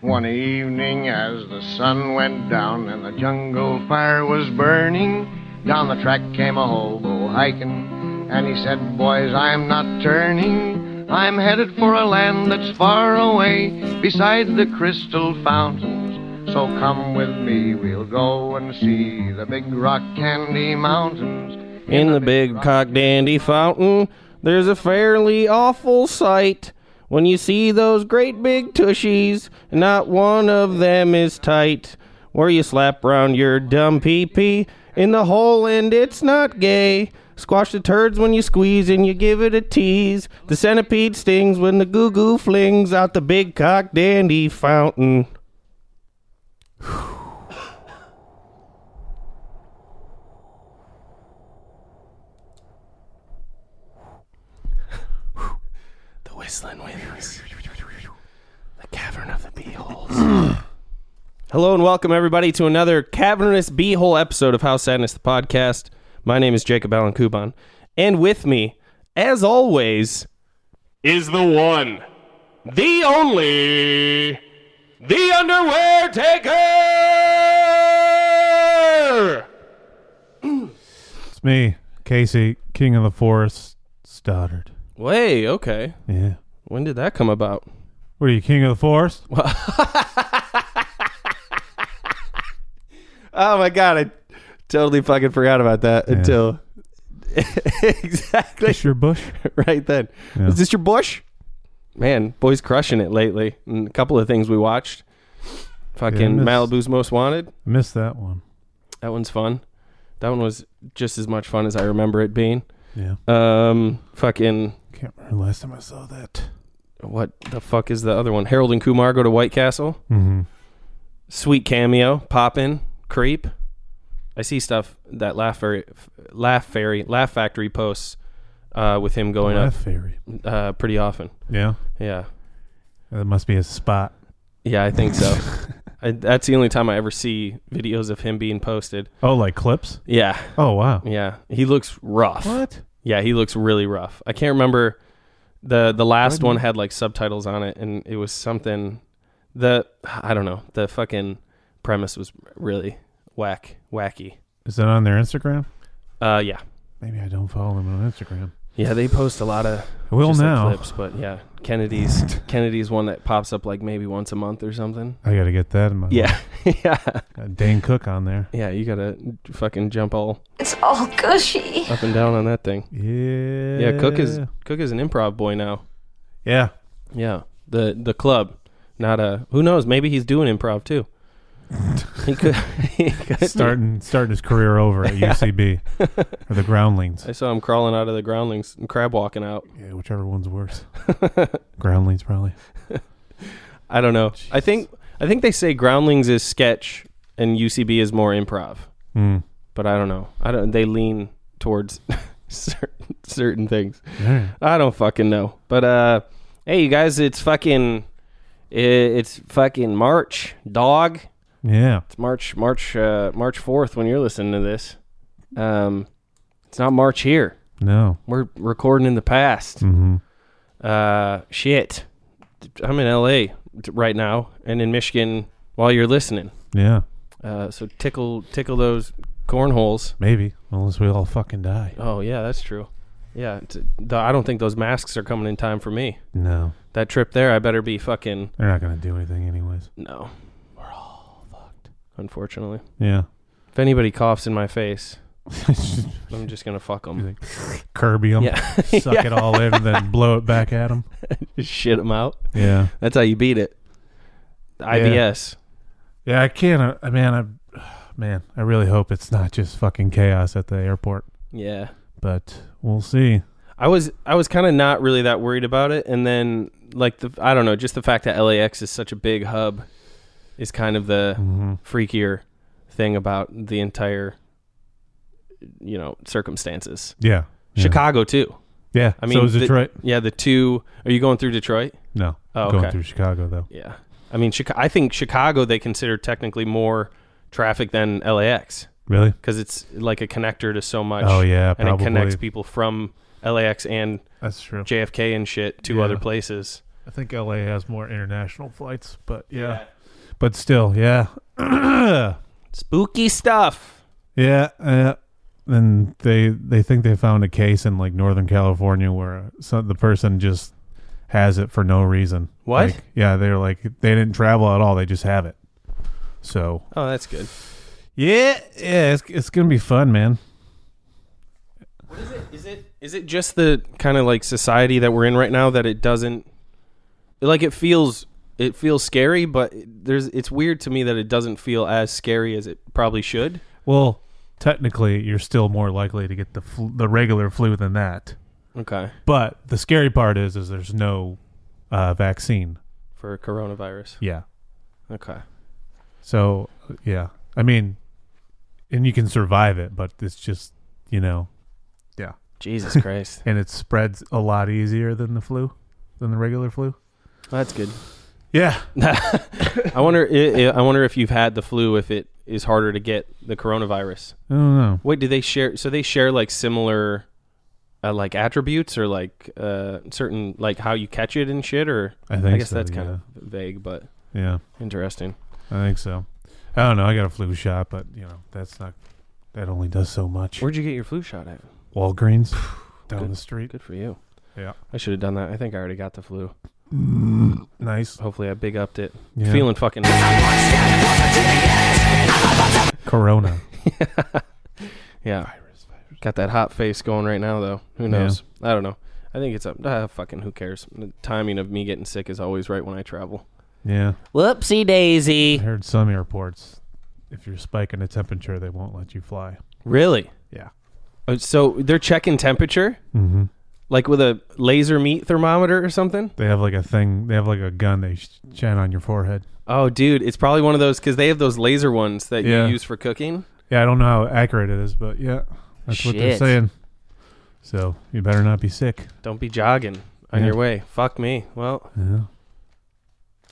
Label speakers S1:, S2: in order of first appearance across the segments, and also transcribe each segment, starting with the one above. S1: One evening, as the sun went down and the jungle fire was burning, down the track came a hobo hiking, and he said, Boys, I'm not turning. I'm headed for a land that's far away beside the crystal fountains. So come with me, we'll go and see the big rock candy mountains.
S2: In the big cock dandy fountain, there's a fairly awful sight. When you see those great big tushies, not one of them is tight. Where you slap round your dumb pee pee in the hole, and it's not gay. Squash the turds when you squeeze and you give it a tease. The centipede stings when the goo goo flings out the big cock dandy fountain. The whistling winds. The cavern of the beeholes. Hello and welcome everybody to another cavernous beehole episode of How Sadness the Podcast. My name is Jacob Allen Kuban. And with me, as always,
S3: is the one, the only, the underwear taker.
S4: It's me, Casey, King of the Forest, Stoddard.
S2: Way, okay.
S4: Yeah.
S2: When did that come about?
S4: What are you, King of the Forest?
S2: Oh my god, I totally fucking forgot about that until exactly
S4: It's your bush?
S2: right then.
S4: Yeah.
S2: Is this your bush? Man, boy's crushing it lately. And a couple of things we watched. Fucking
S4: Yeah, I miss-
S2: Malibu's Most Wanted.
S4: I missed that one.
S2: That one's fun. That one was just as much fun as I remember it being.
S4: Yeah.
S2: Um, fucking
S4: Can't remember the last time I saw that.
S2: what the fuck is the other one? Harold and Kumar go to White Castle.
S4: Mm-hmm.
S2: Sweet cameo, poppin, creep. I see stuff that laugh fairy, laugh fairy, laugh factory posts uh, with him going
S4: Laugh
S2: up
S4: Fairy.
S2: uh, pretty often.
S4: Yeah.
S2: Yeah,
S4: That must be a spot.
S2: yeah, I think so. I, that's the only time I ever see videos of him being posted.
S4: Oh, like clips?
S2: Yeah,
S4: Oh, wow.
S2: yeah, he looks rough.
S4: What?
S2: Yeah, he looks really rough. I can't remember the the last one had like subtitles on it, and it was something. The I don't know. The fucking premise was really whack wacky.
S4: Is that on their Instagram?
S2: Uh, yeah,
S4: Maybe I don't follow them on Instagram.
S2: yeah. They post a lot of
S4: I will
S2: just, like,
S4: now.
S2: clips, but yeah, Kennedy's Kennedy's one that pops up like maybe once a month or something.
S4: I got to get that in my
S2: Yeah, yeah,
S4: Got Dane Cook on there.
S2: yeah. You gotta fucking jump all
S5: It's all gushy.
S2: up and down on that thing.
S4: Yeah.
S2: Yeah, Cook is Cook is an improv boy now.
S4: Yeah.
S2: Yeah, the the club, not a. Who knows? Maybe he's doing improv too. he could. He could
S4: Starting starting his career over at UCB or the Groundlings.
S2: I saw him crawling out of the groundlings, and crab walking out.
S4: Yeah, whichever one's worse. Groundlings probably.
S2: I don't know. I think I think they say groundlings is sketch and UCB is more improv,
S4: Mm.
S2: but I don't know. I don't. They lean towards certain certain things.
S4: All right.
S2: I don't fucking know. But uh, hey, you guys, it's fucking i- it's fucking March, dog.
S4: Yeah.
S2: It's March March uh, March fourth when you're listening to this. Um, it's not March here.
S4: No.
S2: We're recording in the past.
S4: Mm-hmm.
S2: Uh, shit. I'm in LA t- right now and in Michigan while you're listening.
S4: Yeah.
S2: Uh, so tickle tickle those cornholes.
S4: Maybe. Unless we all fucking die.
S2: Oh yeah, that's true. Yeah, t- th- I don't think those masks are coming in time for me.
S4: No.
S2: That trip there, I better be fucking
S4: They're not gonna do anything anyways.
S2: no. We're all fucked. Unfortunately,
S4: Yeah.
S2: if anybody coughs in my face,
S4: Just
S2: I'm just gonna fuck them.
S4: Kirby 'em,
S2: Yeah.
S4: suck it all in, and then blow it back at them.
S2: Just shit them out.
S4: Yeah.
S2: That's how you beat it. IBS.
S4: Yeah. I can't. Uh, I- man. I. Man. I really hope it's not just fucking chaos at the airport.
S2: Yeah.
S4: But we'll see.
S2: I was I was kind of not really that worried about it, and then like the I don't know, just the fact that LAX is such a big hub is kind of the
S4: Mm-hmm.
S2: freakier thing about the entire you know circumstances.
S4: Yeah. Yeah.
S2: Chicago too.
S4: Yeah.
S2: I mean,
S4: so is
S2: the-
S4: Detroit.
S2: Yeah, the two. Are you going through Detroit?
S4: No.
S2: Oh,
S4: Going
S2: okay.
S4: through Chicago though.
S2: Yeah. I mean, Chica- I think Chicago they consider technically more traffic than LAX.
S4: Really?
S2: because it's like a connector to so much.
S4: Oh, yeah,
S2: and it
S4: probably.
S2: connects people from LAX and
S4: That's true.
S2: JFK and shit, two
S4: Yeah.
S2: other places.
S4: I think LA has more international flights, but yeah. But still, yeah. yeah.
S2: Spooky stuff.
S4: Uh, and they they think they found a case in like Northern California where some, the person just has it for no reason.
S2: What?
S4: Like, yeah, they're like they didn't travel at all. They just have it. So
S2: Oh, that's good.
S4: yeah, yeah, it's it's gonna be fun, man.
S2: What is it? Is it is it just the kind of like society that we're in right now that it doesn't like it feels it feels scary, but there's it's weird to me that it doesn't feel as scary as it probably should.
S4: Well, technically, you're still more likely to get the fl- the regular flu than that.
S2: Okay.
S4: But the scary part is, is there's no uh, vaccine.
S2: For coronavirus.
S4: Yeah.
S2: Okay.
S4: So yeah, I mean, and you can survive it, but it's just you know, yeah,
S2: Jesus Christ.
S4: and it spreads a lot easier than the flu, than the regular flu.
S2: That's good.
S4: Yeah.
S2: I wonder i i I wonder if you've had the flu if it is harder to get the coronavirus.
S4: I don't know.
S2: Wait, do they share? So they share like similar, uh, like attributes or like uh, certain like how you catch it and shit. Or
S4: I think
S2: I guess
S4: so,
S2: that's kind
S4: yeah.
S2: of vague, but
S4: Yeah,
S2: interesting.
S4: I think so. I don't know. I got a flu shot, but you know, that's not. That only does so much.
S2: Where'd you get your flu shot at?
S4: Walgreens down
S2: Good.
S4: the street.
S2: Good for you.
S4: Yeah.
S2: I should have done that. I think I already got the flu.
S4: Nice.
S2: Hopefully, I big upped it.
S4: Yeah.
S2: Feeling fucking.
S4: Corona.
S2: Yeah. Got that hot face going right now, though. Who knows? I don't know. I think it's up. Ah, fucking who cares? The timing of me getting sick is always right when I travel.
S4: yeah.
S2: Whoopsie
S4: I
S2: daisy.
S4: heard some airports, if you're spiking a temperature, they won't let you fly.
S2: Really?
S4: Yeah.
S2: Uh, So they're checking temperature?
S4: Mm-hmm.
S2: like with a laser meat thermometer or something.
S4: They have like a thing. They have like a gun they sh- shine on your forehead.
S2: Oh, dude, it's probably one of those because they have those laser ones that
S4: Yeah.
S2: you use for cooking.
S4: Yeah, I don't know how accurate it is, but yeah, that's what they're
S2: Shit.
S4: saying. So you better not be sick.
S2: Don't be jogging on
S4: Yeah.
S2: your way. Fuck me. Well,
S4: Yeah,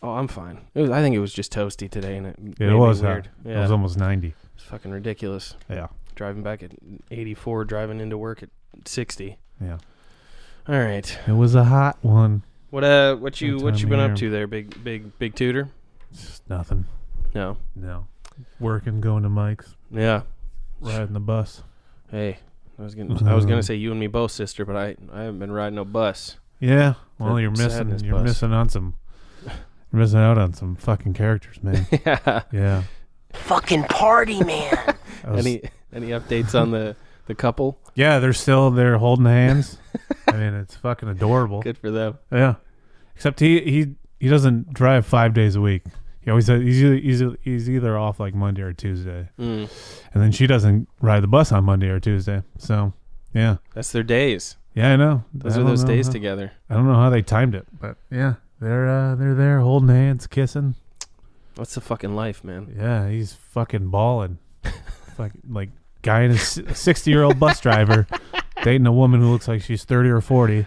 S2: oh, I'm fine. It was, I think it was just toasty today, and it
S4: Yeah,
S2: made
S4: it
S2: me
S4: was
S2: weird.
S4: hot.
S2: Yeah,
S4: It was almost ninety.
S2: it's fucking ridiculous.
S4: Yeah,
S2: Driving back at 84, driving into work at 60.
S4: yeah,
S2: All right.
S4: it was a hot one.
S2: What uh, what you
S4: What
S2: what
S4: time
S2: you been
S4: of
S2: up to
S4: year?
S2: there, big big big tutor?
S4: Just nothing.
S2: No.
S4: No, working, going to Mike's,
S2: Yeah.
S4: riding the bus.
S2: Hey, I was gonna I was
S4: Uh.
S2: gonna say you and me both, sister, but I I haven't been riding no bus.
S4: Yeah, well,
S2: That
S4: you're missing.
S2: sadness
S4: You're
S2: bus.
S4: missing on some. You're missing out on some fucking characters, man.
S2: yeah.
S4: yeah.
S6: fucking party, man.
S4: I was-
S2: Any any updates on the the couple?
S4: yeah, they're still they're holding hands. I mean, it's fucking adorable.
S2: Good for them.
S4: Yeah. Except he he he doesn't drive five days a week. He always says he's either, he's, either, he's either off like Monday or Tuesday,
S2: Mm.
S4: and then she doesn't ride the bus on Monday or Tuesday. So yeah,
S2: That's their days.
S4: yeah, I know.
S2: Those
S4: I
S2: are
S4: don't
S2: those
S4: know
S2: days
S4: how-
S2: together.
S4: I don't know how they timed it, but yeah, they're uh, they're there holding hands, kissing.
S2: What's the fucking life, man?
S4: Yeah, he's fucking balling, like like guy and a sixty year old bus driver dating a woman who looks like she's thirty or forty,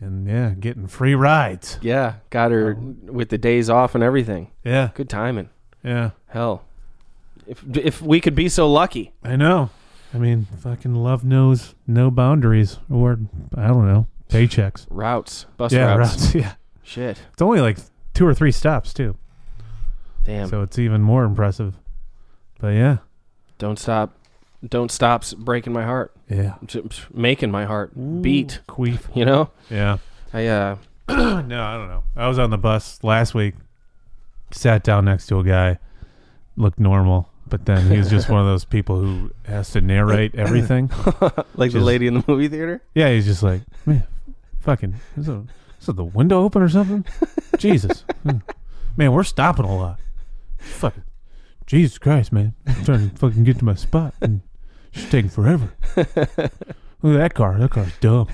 S4: and yeah, getting free rides.
S2: Yeah, got her
S4: Oh.
S2: with the days off and everything.
S4: Yeah,
S2: Good timing.
S4: yeah.
S2: Hell, if if we could be so lucky.
S4: I know. I mean, fucking love knows no boundaries or I don't know paychecks.
S2: Routes, bus
S4: yeah,
S2: routes.
S4: routes. Yeah,
S2: Shit.
S4: it's only like two or three stops too,
S2: Damn.
S4: so it's even more impressive. But yeah,
S2: don't stop. Don't stop's breaking my heart.
S4: yeah,
S2: Making my heart beat.
S4: queef.
S2: You know.
S4: Yeah.
S2: I uh.
S4: No, I don't know. I was on the bus last week, sat down next to a guy, looked normal, but then he was just one of those people who has to narrate everything.
S2: Like the
S4: Just-
S2: lady in the movie theater.
S4: Yeah, he's just like, man, fucking, is, it- is it the window open or something? Jesus, Hmm. man, we're stopping a lot. Fucking, Jesus Christ, man, I'm trying to fucking get to my spot, and it's just taking forever. Look at that car. That car's dumb.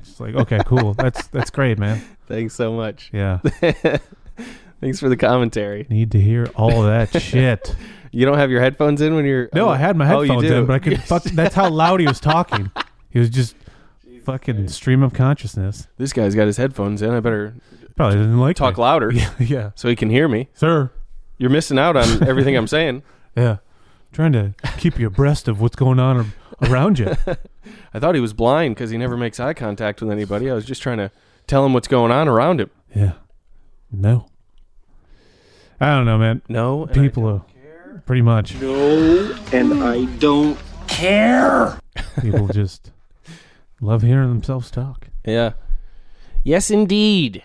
S4: It's like, okay, cool. That's that's great, man.
S2: Thanks so much.
S4: Yeah,
S2: Thanks for the commentary.
S4: need to hear all that shit.
S2: You don't have your headphones in when you're.
S4: No, I had my
S2: Oh, you
S4: headphones
S2: do.
S4: in, but I could. Fuck, that's how loud he was talking. He was just fucking stream of consciousness.
S2: This guy's got his headphones in. I better
S4: Probably didn't like
S2: talk
S4: me.
S2: louder
S4: Yeah, yeah,
S2: so he can hear me.
S4: sir.
S2: You're missing out on everything I'm saying.
S4: Yeah. trying to keep you abreast of what's going on ar- around you.
S2: I thought he was blind because he never makes eye contact with anybody. I was just trying to tell him what's going on around him.
S4: Yeah. No. I don't know, man.
S2: No, and I
S4: People are pretty much
S7: and I don't
S4: people just love hearing themselves talk.
S2: Yeah. Yes, indeed.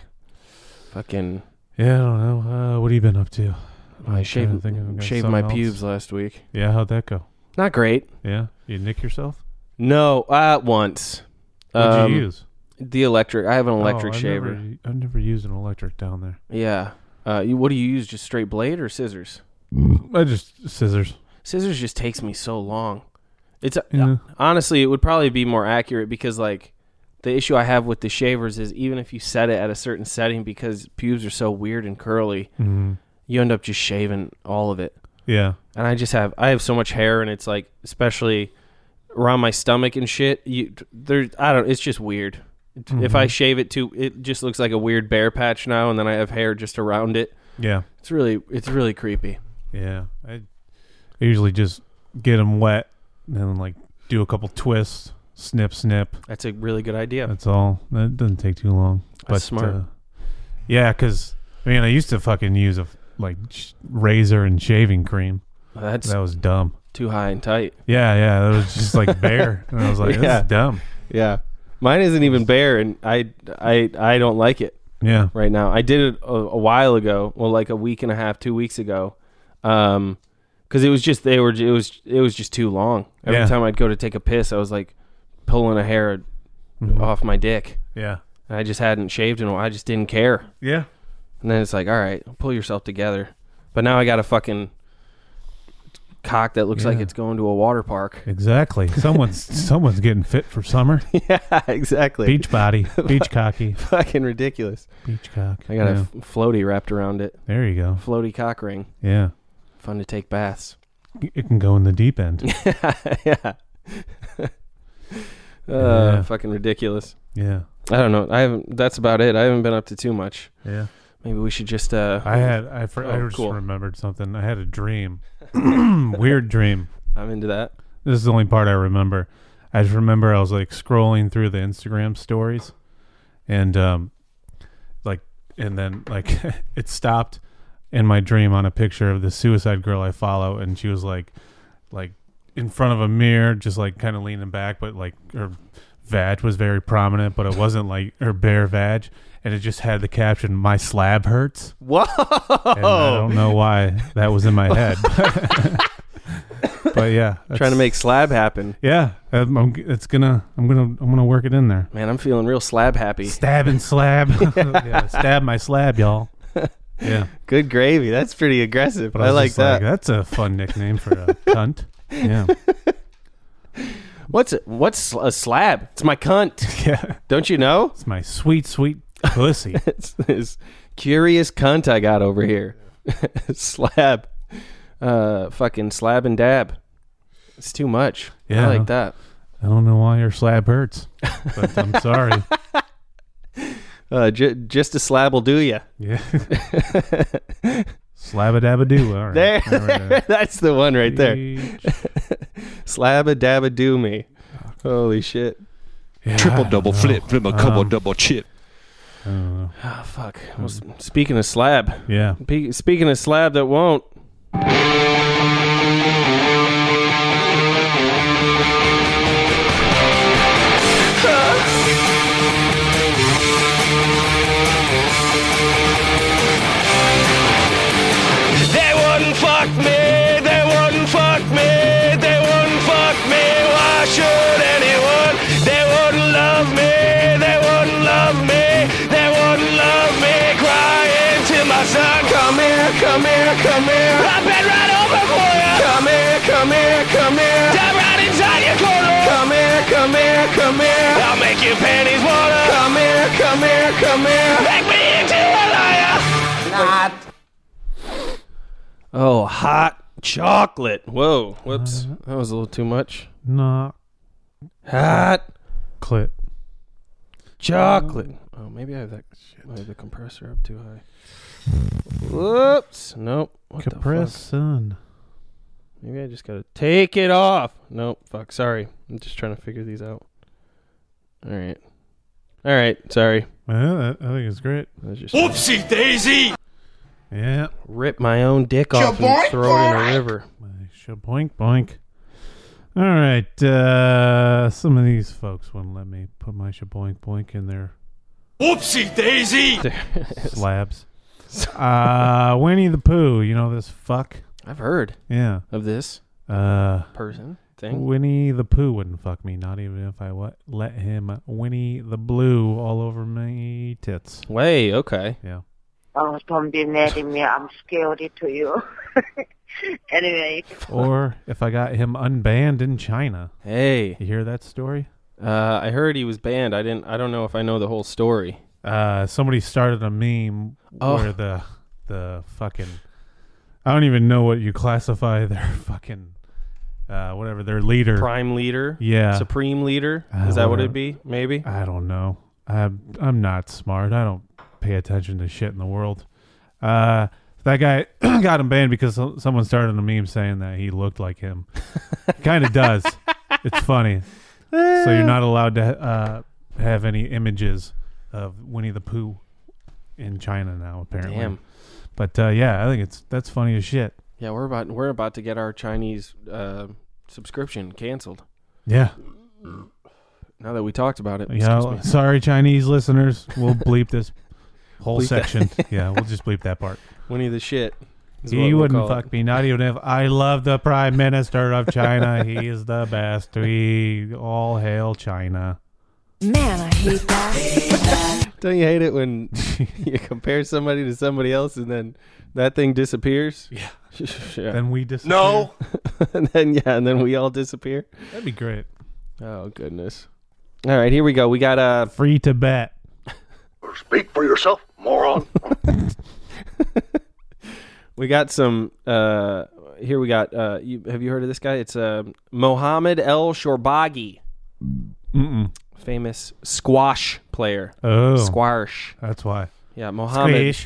S2: Fucking.
S4: Yeah, I don't know. Uh, what have you been up to?
S2: I shaved,
S4: think I've got
S2: shaved my
S4: something else.
S2: pubes last week.
S4: Yeah, how'd that go?
S2: Not great.
S4: Yeah, you nick yourself?
S2: No, uh, once.
S4: What'd
S2: Um,
S4: you use?
S2: The electric. I have an electric
S4: Oh, I've
S2: shaver.
S4: Never, I've never used an electric down there.
S2: Yeah. Uh, you, what do you use? Just straight blade or scissors? Mm.
S4: I just scissors.
S2: Scissors just takes me so long. It's
S4: Yeah.
S2: honestly, it would probably be more accurate because like the issue I have with the shavers is even if you set it at a certain setting because pubes are so weird and curly,
S4: Mm,
S2: you end up just shaving all of it.
S4: yeah,
S2: and I just have I have so much hair, and it's like especially around my stomach and shit. You there, I don't. It's just weird. If I shave it too, it just looks like a weird bear patch now, and then I have hair just around it.
S4: yeah,
S2: It's really it's really creepy.
S4: yeah. I, I usually just get them wet and then like do a couple twists, snip, snip.
S2: That's a really good idea.
S4: That's all. That doesn't take too long.
S2: That's smart.
S4: Uh, yeah, because I mean, I used to fucking use a like sh- razor and shaving cream.
S2: That's
S4: That was dumb.
S2: too high and tight.
S4: Yeah, yeah, that was just like bare, and I was like,
S2: Yeah.
S4: this is dumb.
S2: Yeah, mine isn't even bare, and I I I don't like it.
S4: Yeah,
S2: right now. I did it a, a while ago, well, like a week and a half, two weeks ago, because it was just they were it was it was just too long. Every
S4: Yeah.
S2: time I'd go to take a piss, I was like pulling a hair off my dick.
S4: Mm-hmm. yeah,
S2: And I just hadn't shaved in a while. I just didn't care.
S4: yeah.
S2: And then it's like, all right, pull yourself together. But now I got a fucking cock that looks like
S4: Yeah.
S2: it's going to a water park.
S4: Exactly. Someone's someone's getting fit for summer.
S2: yeah, exactly.
S4: Beach body, beach cocky,
S2: Fucking ridiculous.
S4: beach cock.
S2: I got a
S4: Yeah.
S2: f- floaty wrapped around it.
S4: There you go.
S2: Floaty cock ring.
S4: Yeah,
S2: Fun to take baths.
S4: it can go in the deep end.
S2: yeah. uh,
S4: Yeah.
S2: Fucking ridiculous.
S4: Yeah,
S2: I don't know. I haven't. That's about it. I haven't been up to too much.
S4: yeah.
S2: Maybe we should just. Uh,
S4: I had I, for, I
S2: Oh,
S4: just
S2: cool.
S4: remembered something. I had a dream, weird dream.
S2: I'm into that.
S4: This is the only part I remember. I just remember I was like scrolling through the Instagram stories, and um, like, and then like it stopped in my dream on a picture of the suicide girl I follow, and she was like, like in front of a mirror, just like kind of leaning back, but like her vag was very prominent, but it wasn't like her bare vag, and it just had the caption "My slab hurts."
S2: Whoa!
S4: And I
S2: Oh.
S4: don't know why that was in my head. But yeah,
S2: Trying to
S4: that's-
S2: make slab happen,
S4: yeah, I'm, I'm, it's gonna. I'm gonna. I'm gonna work it in there.
S2: man. I'm feeling real slab happy.
S4: Stab and slab. yeah, stab my slab, y'all. Yeah,
S2: Good gravy. That's pretty aggressive. I,
S4: was
S2: like
S4: just uh,
S2: that.
S4: That's a fun nickname for a cunt. Yeah,
S2: What's what's a slab? It's my cunt.
S4: yeah.
S2: Don't you know?
S4: It's my sweet, sweet pussy.
S2: It's this curious cunt I got over here. slab. Uh, fucking slab and dab. It's too much.
S4: Yeah.
S2: I like that.
S4: I don't know why your slab hurts, but I'm sorry.
S2: Uh, j- just a slab will do you.
S4: Yeah. Slab a dab a doo. All right.
S2: There,
S4: All right, uh, all right.
S2: that's the one right there.
S4: Beach.
S2: Slab a dab a do me. Holy shit!
S4: Yeah, I
S7: triple
S4: don't
S7: double
S4: know.
S7: flip, triple double
S4: Um,
S7: double chip.
S4: I don't know.
S2: Oh, fuck. Well, s- speaking of slab,
S4: Yeah.
S2: pe- speaking of slab that won't.
S8: They wouldn't fuck me, they wouldn't fuck me, they wouldn't fuck me, why should anyone? They wouldn't love me, they wouldn't love me, they wouldn't love me, crying to my son, come here, come here, come here, I'll bend right over for you, come here, come here, come here, dive right inside your corner, come here, come here, come here, I'll make your panties water, come here, come here, come here, make me into a liar.
S2: Oh, hot chocolate. Whoa. Whoops. That was a little too much.
S4: Not
S2: Hot
S4: clit.
S2: chocolate. Oh, maybe I have that. I have the compressor up too high. Whoops. Nope. What the fuck?
S4: Compress sun.
S2: Maybe I just gotta take it off. Nope. Fuck. Sorry. I'm just trying to figure these out. All right. All right. Sorry.
S4: Well, I I think it's great.
S2: I was just
S9: Oopsie daisy!
S4: Yeah.
S2: rip my own dick off and throw it in a river.
S4: Show boink boink. All right. Uh, some of these folks wouldn't let me put my shaboink boink in their
S9: Oopsie daisy!
S4: slabs. Uh, Winnie the Pooh. You know this fuck?
S2: I've heard
S4: Yeah.
S2: of this
S4: Uh,
S2: person thing.
S4: Winnie the Pooh wouldn't fuck me, not even if I wa- let him uh, Winnie the Blue all over my tits.
S2: Way. Okay.
S4: Yeah.
S10: Oh, don't be mad at me. I'm scared to you. anyway,
S4: Or if I got him unbanned in China.
S2: Hey.
S4: You hear that story?
S2: Uh, I heard he was banned. I didn't. I don't know if I know the whole story.
S4: uh, somebody started a meme
S2: Oh.
S4: where the the fucking I don't even know what you classify their fucking uh, whatever their leader.
S2: Prime leader.
S4: Yeah.
S2: Supreme leader.
S4: Uh,
S2: Is that what
S4: whatever.
S2: it'd be? Maybe.
S4: I don't know. I'm I'm not smart. I don't pay attention to shit in the world. Uh, that guy got him banned because so- someone started a meme saying that he looked like him. kind of does. It's funny. So you're not allowed to uh, have any images of Winnie the Pooh in China now, apparently.
S2: Damn.
S4: But uh, yeah, I think it's that's funny as shit.
S2: Yeah, we're about we're about to get our Chinese uh, subscription canceled.
S4: Yeah.
S2: Now that we talked about it.
S4: You know,
S2: Excuse me.
S4: sorry, Chinese listeners. We'll bleep this whole
S2: Bleep that.
S4: section. yeah, we'll just bleep that part.
S2: Winnie the shit. is what
S4: He
S2: we'll
S4: wouldn't
S2: call it.
S4: fuck me, not even if I love the Prime Minister of China. he is the best. We all hail China.
S11: Man, I hate that.
S2: Don't you hate it when you compare somebody to somebody else and then that thing disappears? Yeah.
S4: Then we just
S9: No!
S2: and then yeah, and then we all disappear.
S4: That'd be great.
S2: Oh goodness. All right, here we go. We got uh
S4: Free Tibet.
S12: Speak for yourself, moron.
S2: we got some uh here we got uh you, have you heard of this guy? It's uh Mohammed El Shorbagi,
S4: Mm-mm.
S2: famous squash player.
S4: Oh,
S2: Squash.
S4: that's why.
S2: Yeah, Mohammed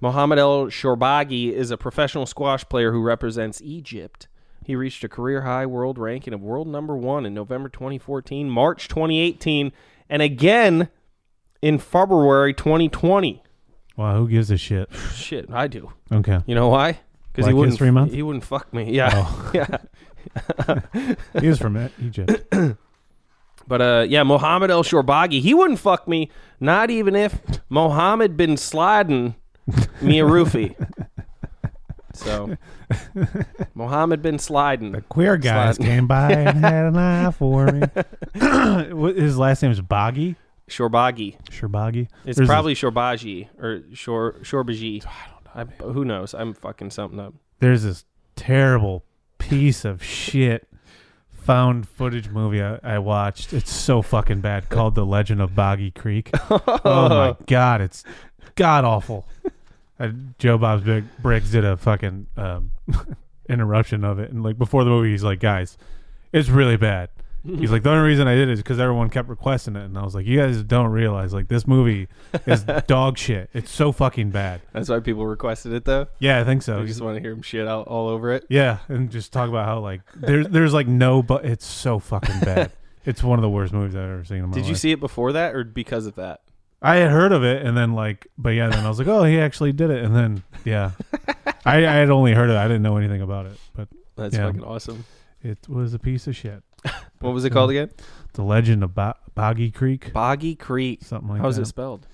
S2: Mohammed El Shorbagi is a professional squash player who represents Egypt. He reached a career high world ranking of world number one in November 2014, March 2018, and again in February 2020.
S4: Wow, who gives a shit?
S2: Shit, I do.
S4: Okay,
S2: You know why? Because he
S4: Black
S2: wouldn't.
S4: History Month?
S2: He wouldn't fuck me. Yeah,
S4: Oh.
S2: yeah.
S4: he is from E- Egypt.
S2: But uh, yeah, Mohammed El Shorbagi, he wouldn't fuck me. Not even if Mohammed been sliding me a roofie. So Mohammed been sliding.
S4: The queer guys
S2: Slide.
S4: came by and had an eye for me. What- His last name is Boggy.
S2: Shorbagi.
S4: Sherbagi.
S2: It's
S4: There's a-
S2: probably Shorbaji or Shor Shorbaji. I don't know. who knows? I'm fucking something up.
S4: there's this terrible piece of shit found footage movie I, I watched. It's so fucking bad called The Legend of Boggy Creek. oh my god, it's god awful. Uh, Joe Bob's Big Bricks did a fucking um, interruption of it, and like before the movie, he's like, "Guys, it's really bad." He's like, "The only reason I did it is because everyone kept requesting it," and I was like, "You guys don't realize like this movie is dog shit. It's so fucking bad."
S2: That's why people requested it though.
S4: Yeah, I think so.
S2: I
S4: He's-
S2: just want to hear him shit out all over it.
S4: yeah, and just talk about how like there's there's like no but it's so fucking bad. it's one of the worst movies I've ever seen in my
S2: Did you
S4: life.
S2: see it before that or because of that?
S4: I had heard of it and then like but yeah, then I was like, Oh, he actually did it and then yeah. I, I had only heard it, I didn't know anything about it. But
S2: That's
S4: Yeah.
S2: fucking awesome.
S4: it was a piece of shit.
S2: What was it called again?
S4: The legend of Bo- Boggy Creek.
S2: Boggy Creek.
S4: Something like
S2: How's
S4: that.
S2: it spelled?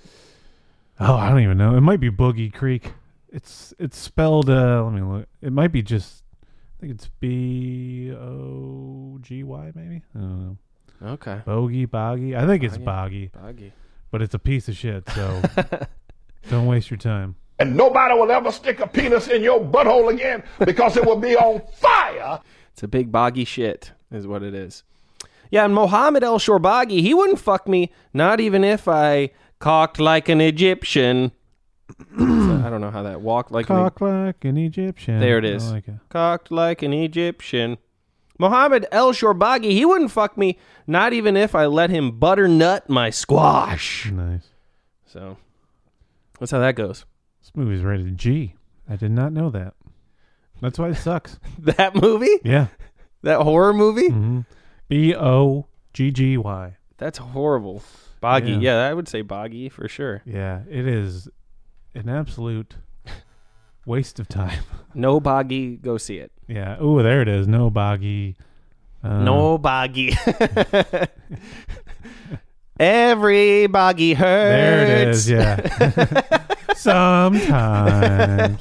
S4: Oh, I don't even know. It might be Boogie Creek. It's it's spelled uh let me look. It might be just I think it's B O G Y maybe? I don't know.
S2: Okay.
S4: Bogey, boggy. I think it's
S2: Boggy.
S4: boggy.
S2: Boggy.
S4: but it's a piece of shit. So don't waste your time.
S8: And nobody will ever stick a penis in your butthole again because it will be on fire.
S2: It's a big boggy shit, is what it is. Yeah, and Mohammed El Shorbagi, he wouldn't fuck me, not even if I cocked like an Egyptian. So, I don't know how that walked like an
S4: Cock like an Egyptian.
S2: There it is.
S4: I like it.
S2: cocked like an Egyptian. Mohammed El Shorbagi, he wouldn't fuck me, not even if I let him butternut my squash.
S4: Nice.
S2: So that's how that goes.
S4: This movie's rated G. I did not know that. That's why it sucks.
S2: That movie?
S4: Yeah. Mm-hmm.
S2: That horror movie?
S4: B O G G Y.
S2: That's horrible. Boggy.
S4: Yeah.
S2: Yeah. I would say boggy for sure.
S4: Yeah, it is an absolute waste of time.
S2: No boggy, go see it.
S4: Yeah. Ooh, there it is. No boggy. Uh,
S2: No boggy. Every boggy hurts.
S4: There it is. Yeah. Sometimes.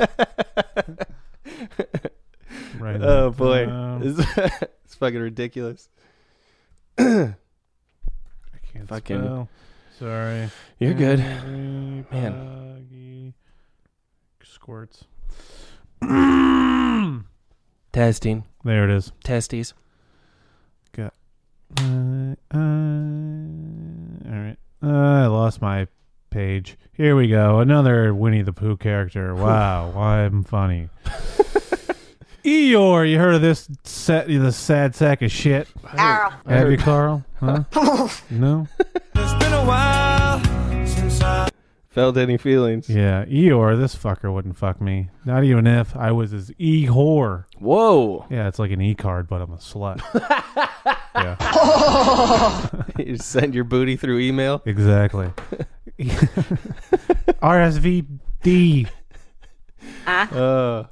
S4: right.
S2: Oh boy,
S4: Um,
S2: it's, it's fucking ridiculous.
S4: I can't
S2: fucking-
S4: spell. Sorry.
S2: You're good.
S4: Man. Squirts.
S2: Testing,
S4: There it is.
S2: testes.
S4: Uh, uh, all right. Uh, I lost my page. Here we go. Another Winnie the Pooh character. Wow. why I'm funny. Eeyore, you heard of this set? This sad sack of shit.
S13: Carl.
S4: Have you, Carl? Huh? no.
S2: Felt any feelings?
S4: Yeah, Eeyore, this fucker wouldn't fuck me. Not even if I was his e whore.
S2: Whoa,
S4: Yeah, it's like an e card, but I'm a slut. yeah,
S2: you sent your booty through email.
S4: exactly. RSVD.
S2: Uh,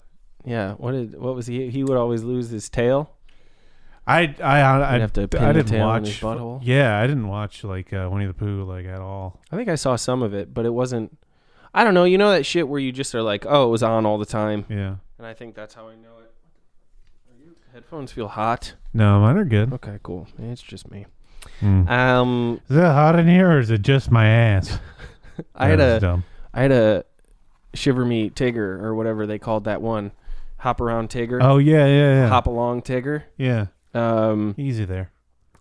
S2: yeah. What did? What was he? He would always lose his tail.
S4: I I I, I,
S2: You'd have to pin
S4: I
S2: the
S4: didn't
S2: tail in his
S4: watch.
S2: butthole.
S4: Yeah, I didn't watch like uh, Winnie the Pooh like at all.
S2: I think I saw some of it, but it wasn't. I don't know. You know that shit where you just are like, oh, it was on all the time,
S4: Yeah.
S2: and I think that's how I know it. Are your headphones feel hot?
S4: No, mine are good.
S2: Okay, cool. It's just me.
S4: Hmm.
S2: Um,
S4: Is it hot in here, or is it just my ass?
S2: I had
S4: That
S2: a
S4: was dumb.
S2: I had a shiver me Tigger or whatever they called that one, hop around Tigger,
S4: Oh yeah, yeah, yeah.
S2: hop along Tigger,
S4: Yeah,
S2: um,
S4: easy there.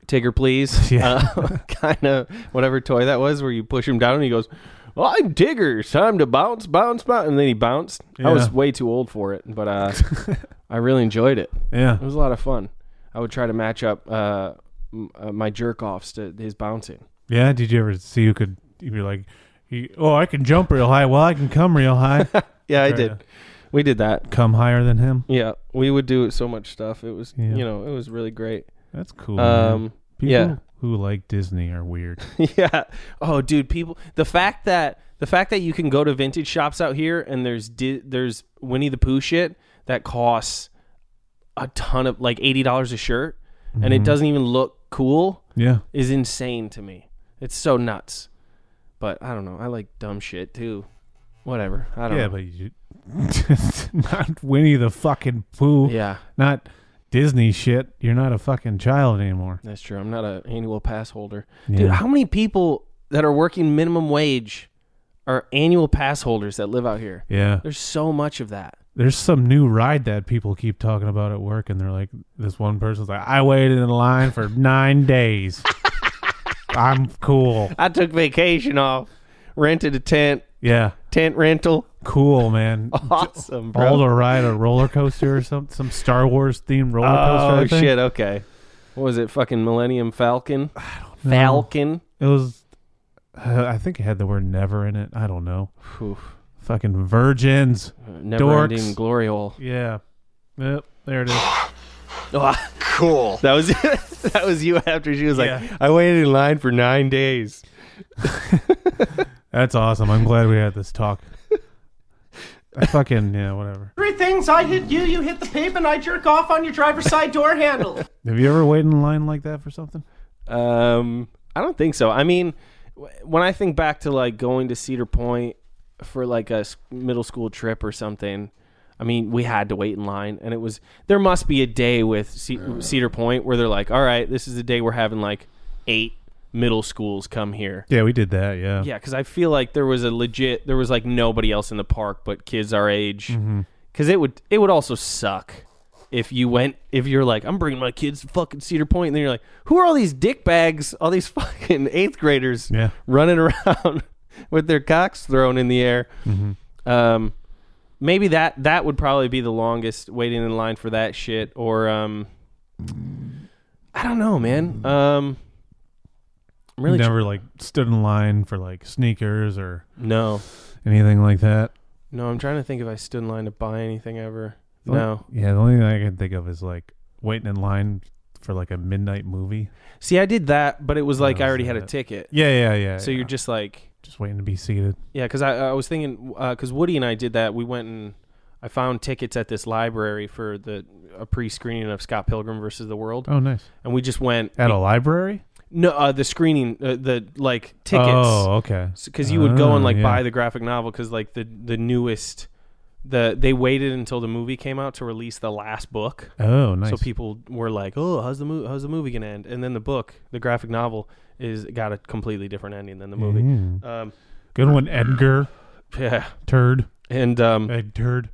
S2: Tigger please,
S4: Yeah.
S2: uh, kind of whatever toy that was where you push him down and he goes, well, I'm Tigger, it's time to bounce, bounce, bounce, and then he bounced. I was
S4: Yeah.
S2: way too old for it, but uh, I really enjoyed it.
S4: Yeah.
S2: It was a lot of fun. I would try to match up uh, m- uh, my jerk offs to his bouncing.
S4: Yeah, did you ever see who could? You'd be like, he, "Oh, I can jump real high. Well, I can come real high.
S2: Yeah, I
S4: Try
S2: did.
S4: to-
S2: We did that.
S4: come higher than him."
S2: Yeah, we would do so much stuff. It was,
S4: Yeah.
S2: you know, it was really great.
S4: That's cool. man.
S2: Um,
S4: People
S2: yeah.
S4: who like Disney are weird.
S2: yeah. Oh, dude, people. The fact that the fact that you can go to vintage shops out here and there's di- there's Winnie the Pooh shit that costs a ton of like eighty dollars a shirt, and
S4: Mm-hmm.
S2: it doesn't even look cool
S4: Yeah,
S2: is insane to me. It's so nuts. But I don't know. I like dumb shit too. Whatever. I don't.
S4: yeah,
S2: know.
S4: but you not Winnie the fucking Pooh.
S2: yeah.
S4: not Disney shit. You're not a fucking child anymore.
S2: That's true. I'm not an annual pass holder.
S4: Yeah.
S2: Dude, how many people that are working minimum wage are annual pass holders that live out here?
S4: Yeah,
S2: There's so much of that.
S4: there's some new ride that people keep talking about at work, and they're like, this one person's like, "I waited in line for nine days. I'm cool.
S2: I took vacation off, rented a tent,
S4: Yeah,
S2: tent rental.
S4: cool, man.
S2: Awesome,
S4: all
S2: bro.
S4: to ride a roller coaster or some some Star Wars themed roller coaster.
S2: oh
S4: I think.
S2: shit, okay. What was it? Fucking Millennium Falcon?
S4: No.
S2: Falcon.
S4: It was. Uh, I think it had the word "never" in it. I don't know.
S2: Oof.
S4: Fucking virgins.
S2: Never ending
S4: Dorks.
S2: glory hole.
S4: Yeah. Yep. There it is.
S2: cool. That was that was you after she was like,
S4: Yeah.
S2: I waited in line for nine days.
S4: That's awesome. I'm glad we had this talk. I fucking yeah, whatever.
S14: Three things. I hit you, you hit the pavement, I jerk off on your driver's side door handle.
S4: Have you ever waited in line like that for something?
S2: Um, I don't think so. I mean, w- when I think back to like going to Cedar Point for like a s- middle school trip or something, I mean, we had to wait in line, and it was there must be a day with Ce- Cedar Point where they're like, all right, this is the day we're having like eight middle schools come here.
S4: Yeah, we did that. Yeah.
S2: Yeah, because I feel like there was a legit there was like nobody else in the park but kids our age. Because it would it would also suck if you went if you're like I'm bringing my kids to fucking Cedar Point, and then you're like, who are all these dick bags? All these fucking eighth graders
S4: Yeah.
S2: running around with their cocks thrown in the air. Um, maybe that that would probably be the longest waiting in line for that shit. Or um, I don't know, man. Um, I'm really tr-
S4: Never like stood in line for like sneakers or
S2: no.
S4: anything like that.
S2: No, I'm trying to think if I stood in line to buy anything ever.
S4: The only-
S15: No.
S4: Yeah, the only thing I can think of is like waiting in line for like a midnight movie.
S2: See, I did that, but it was like I already had a
S4: Oh, that.
S2: ticket.
S4: Yeah, yeah, yeah,
S2: So
S4: yeah.
S2: you're just like,
S4: Just waiting to be seated.
S2: yeah, because I, I was thinking, because Woody and I did that. We went and I found tickets at this library for the a pre-screening of Scott Pilgrim versus the World.
S4: Oh, nice.
S2: And we just went
S4: At a library?
S2: No, uh, the screening, uh, the like tickets.
S4: Oh, okay.
S2: Because you would go and
S4: Oh,
S2: like
S4: yeah.
S2: buy the graphic novel because like the the newest, the they waited until the movie came out to release the last book.
S4: Oh, nice.
S2: So people were like, "Oh, how's the movie? How's the movie gonna end?" And then the book, the graphic novel, is got a completely different ending than the movie.
S4: Mm.
S2: Um,
S4: Good one, Edgar.
S2: Yeah.
S4: Turd.
S2: And um,
S4: Ed Turd.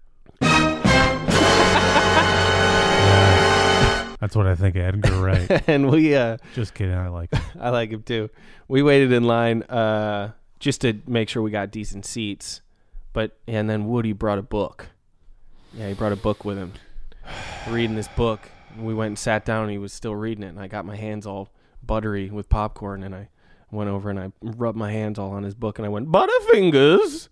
S4: That's what I think of Edgar Wright.
S2: and we uh
S4: just kidding i like him.
S2: i like him too we waited in line uh just to make sure we got decent seats but and then woody brought a book yeah he brought a book with him reading this book we went and sat down and he was still reading it and i got my hands all buttery with popcorn and i went over and i rubbed my hands all on his book and i went butterfingers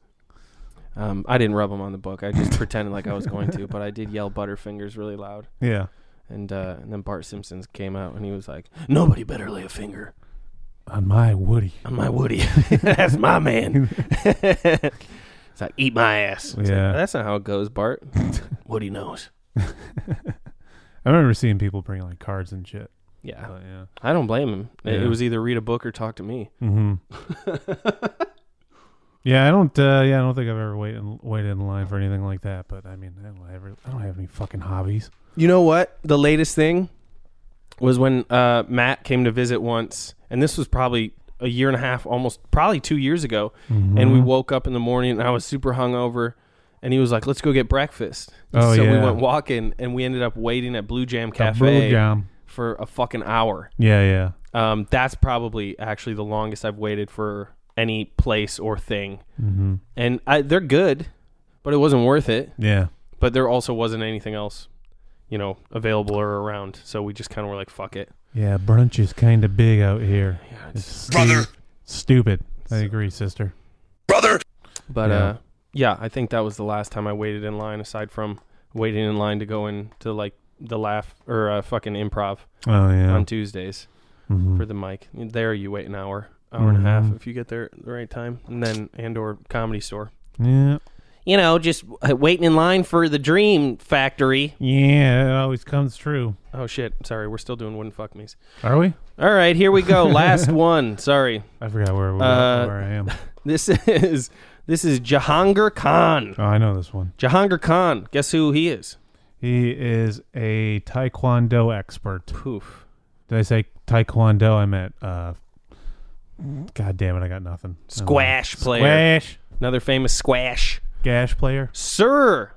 S2: um, I didn't rub him on the book. I just pretended like I was going to, but I did yell "Butterfingers" really loud.
S4: Yeah.
S2: And uh, and then Bart Simpson's came out and he was like, "Nobody better lay a finger
S4: on my Woody.
S2: on my Woody. That's my man." it's like eat my ass. It's like,
S4: Yeah.
S2: That's not how it goes, Bart. Woody knows.
S4: I remember seeing people bring like cards and shit.
S2: Yeah.
S4: But, yeah.
S2: I don't blame him. It,
S4: Yeah.
S2: it was either read a book or talk to me.
S4: Mhm. Yeah, I don't. Uh, yeah, I don't think I've ever waited in, waited in line for anything like that. But I mean, I don't ever. I don't have any fucking hobbies.
S2: You know what? The latest thing was when uh, Matt came to visit once, and this was probably a year and a half, almost probably two years ago. And we
S4: Mhm.
S2: woke up in the morning, and I was super hungover. And he was like, "Let's go get breakfast."
S4: Oh,
S2: so we
S4: yeah.
S2: went walking, and we ended up waiting at Blue Jam
S4: At
S2: Cafe
S4: Blue Jam.
S2: for a fucking hour.
S4: Yeah, yeah.
S2: Um, that's probably actually the longest I've waited for any place or thing.
S4: Mhm.
S2: And I, they're good, but it wasn't worth it.
S4: Yeah.
S2: But there also wasn't anything else, you know, available or around. So we just kind of were like, fuck it.
S4: Yeah, brunch is kind of big out here. it's
S2: Brother.
S4: stupid. I agree, sister.
S2: Brother! But,
S4: Yeah.
S2: uh, yeah, I think that was the last time I waited in line, aside from waiting in line to go into like the laugh or uh, fucking improv
S4: Oh, yeah.
S2: on Tuesdays
S4: Mhm.
S2: for the mic. There you wait an hour, hour
S4: Mm-hmm.
S2: and a half if you get there at the right time. And then, and or comedy store.
S4: Yeah.
S15: You know, just uh, waiting in line for the Dream Factory.
S4: Yeah, it always comes true.
S2: Oh shit! Sorry, we're still doing wouldn't fuck me's.
S4: Are we?
S2: All right, here we go. Last one. Sorry,
S4: I forgot where we-
S2: Uh,
S4: where I am.
S2: This is this is Jahangir Khan.
S4: Oh, I know this one.
S2: Jahangir Khan. Guess who he is?
S4: He is a taekwondo expert.
S2: Poof.
S4: Did I say taekwondo? I meant. Uh, God damn it! I got nothing.
S2: Squash player.
S4: Squash.
S2: Another famous squash.
S4: Gash player.
S2: Sir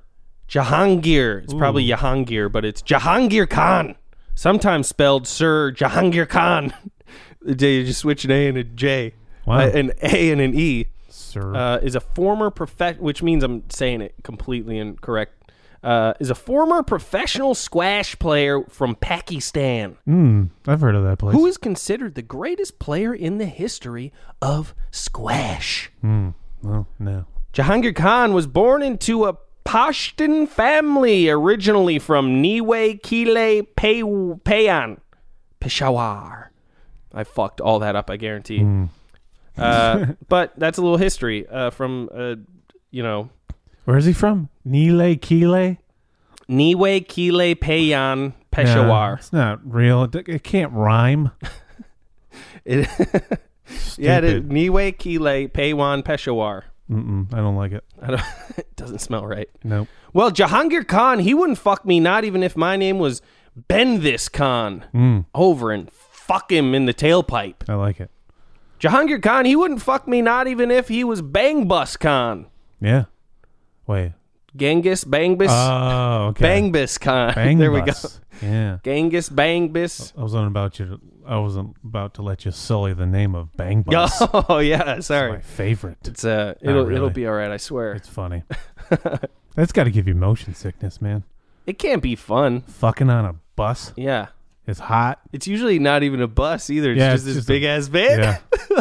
S2: Jahangir. It's probably Jahangir, but it's Jahangir Khan. Sometimes spelled Sir Jahangir Khan. They just switch an A and a J.
S4: Wow.
S2: Uh, an A and an E.
S4: Sir.
S2: Uh, is a former prof, which means I'm saying it completely incorrect. Uh, is a former professional squash player from Pakistan
S4: Hmm. I've heard of that place.
S2: who is considered the greatest player in the history of squash.
S4: Hmm. Well, no.
S2: Jahangir Khan was born into a Pashtun family originally from Niue Kile Pay- Payan, Peshawar. I fucked all that up, I guarantee. Uh, but that's a little history uh, from, uh, you know,
S4: Where is he from? Nile Kile.
S2: Niue Kile Payan, Peshawar.
S4: Nah, it's not real. It, it can't rhyme.
S2: It- yeah, it is.
S4: Stupid.
S2: Niue Kile Payan, Peshawar.
S4: Mm-mm, I don't like it.
S2: I don't, it doesn't smell right.
S4: Nope.
S2: Well, Jahangir Khan, he wouldn't fuck me, not even if my name was Ben This Khan.
S4: Mm.
S2: Over and fuck him in the tailpipe.
S4: I like it.
S2: Jahangir Khan, he wouldn't fuck me, not even if he was Bang Bus Khan.
S4: Yeah. Wait.
S2: Genghis Bangbus.
S4: Oh, okay.
S2: Bangbus Khan.
S4: Bang
S2: Uh, there we go.
S4: bus. Yeah.
S2: Genghis Bangbus.
S4: I was on about you. To, I wasn't about to let you sully the name of Bang Bus.
S2: Oh, yeah, sorry.
S4: my favorite.
S2: It's uh,
S4: Not
S2: it'll it'll
S4: really.
S2: be all right, I swear. It's
S4: funny. That's got to give you motion sickness, man.
S2: It can't be fun.
S4: Fucking on a bus.
S2: Yeah.
S4: It's hot.
S2: It's usually not even a bus either. It's
S4: Yeah,
S2: just
S4: it's
S2: this
S4: just a-
S2: big ass van.
S4: yeah.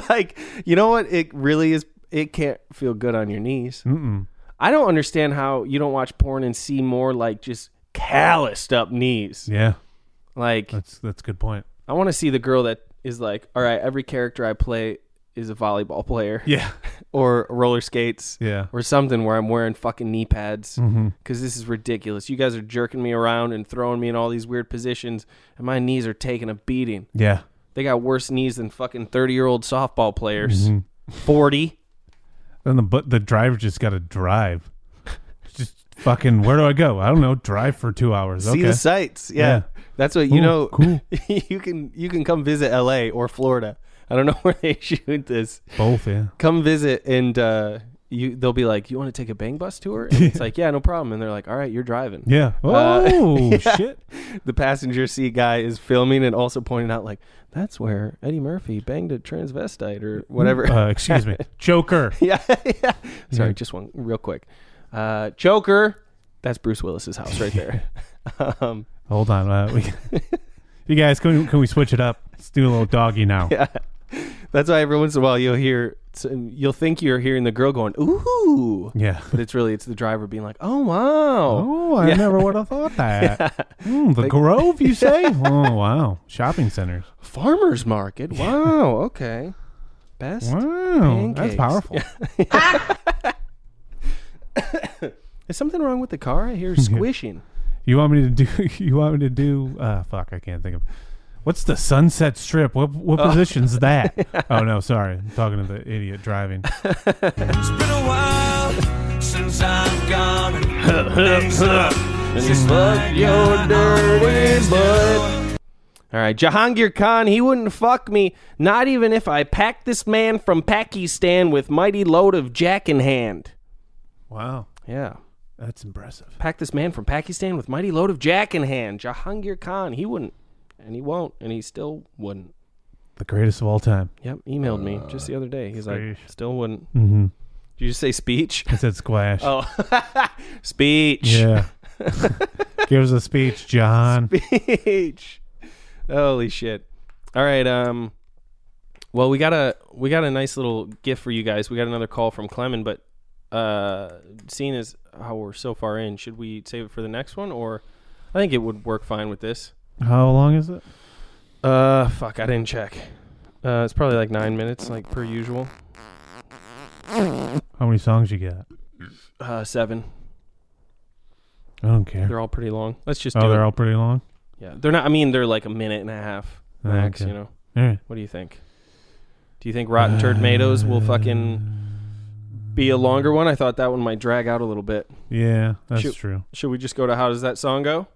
S2: like, you know what? It really is. It can't feel good on your knees.
S4: Mm-mm.
S2: I don't understand how you don't watch porn and see more like just calloused up knees.
S4: Yeah.
S2: Like
S4: that's that's a good point.
S2: I want to see the girl that is like, all right, every character I play is a volleyball player.
S4: Yeah.
S2: or roller skates.
S4: Yeah.
S2: Or something where I'm wearing fucking knee pads because
S4: Mhm.
S2: this is ridiculous. You guys are jerking me around and throwing me in all these weird positions, and my knees are taking a beating.
S4: Yeah.
S2: They got worse knees than fucking 30 year old softball players.
S4: Mhm.
S2: 40.
S4: Then the but the driver just got to drive. Just fucking where do I go? I don't know. Drive for two hours.
S2: See
S4: okay.
S2: the sights. Yeah. That's what you
S4: Ooh,
S2: know.
S4: Cool.
S2: you can you can come visit LA or Florida. I don't know where they shoot this.
S4: Both. Yeah.
S2: Come visit and uh you they'll be like, "You want to take a bang bus tour?" And it's like, "Yeah, no problem." And they're like, "All right, you're driving."
S4: Yeah.
S2: Uh,
S4: Oh,
S2: yeah.
S4: shit.
S2: The passenger seat guy is filming and also pointing out like, "That's where Eddie Murphy banged a transvestite or whatever."
S4: Uh, excuse me. Joker.
S2: yeah, yeah. Sorry,
S4: Yeah.
S2: just one real quick. Uh Joker, that's Bruce Willis's house right there. um
S4: Hold on. Uh, we, you guys, can we, can we switch it up? Let's do a little doggy now.
S2: yeah. That's why every once in a while you'll hear, you'll think you're hearing the girl going, ooh.
S4: Yeah.
S2: But it's really, it's the driver being like, oh, wow.
S4: Oh, I
S2: Yeah.
S4: never would have thought that. Hmm, the Grove, you say? oh, wow. Shopping centers.
S2: Farmer's market. Wow. Okay. Best.
S4: Wow. That's
S2: pancakes.
S4: powerful.
S2: Is something wrong with the car? I hear squishing.
S4: You want me to do? You want me to do? Uh, fuck, I can't think of. What's the Sunset Strip? What what position's that? Oh no, sorry, I'm talking to the idiot driving.
S16: It's been a while since I've gone and hooked things up. Since fuck your dirty butt.
S2: All right. Jahangir Khan, he wouldn't fuck me, not even if I packed this man from Pakistan with mighty load of jack in hand.
S4: Wow,
S2: Yeah.
S4: that's impressive.
S2: Pack this man from Pakistan with mighty load of jack in hand. Jahangir Khan, he wouldn't, and he won't, and he still wouldn't.
S4: The greatest of all time.
S2: Yep, emailed me just the other day. He's like,
S4: Sheesh.
S2: still wouldn't.
S4: Mm-hmm.
S2: Did you just say speech?
S4: It said squash.
S2: Oh, speech.
S4: Yeah. Give us a speech, John.
S2: Speech. Holy shit. All right. Um. Well, we got a we got a nice little gift for you guys. We got another call from Clemen, but uh, seeing as how we're so far in, should we save it for the next one, or I think it would work fine with this.
S4: How long is it?
S2: Uh, fuck, I didn't check. Uh, it's probably like nine minutes, like per usual.
S4: How many songs you got?
S2: Uh, seven.
S4: I don't care.
S2: They're all pretty long. Let's just do
S4: oh,
S2: it.
S4: they're all pretty long.
S2: yeah, they're not. I mean, they're like a minute and a half max.
S4: Okay.
S2: You know.
S4: All right.
S2: What do you think? Do you think Rotten Tomatoes will fucking be a longer one? I thought that one might drag out a little bit.
S4: Yeah, that's
S2: Shoot.
S4: true.
S2: Should we just go to how does that song go?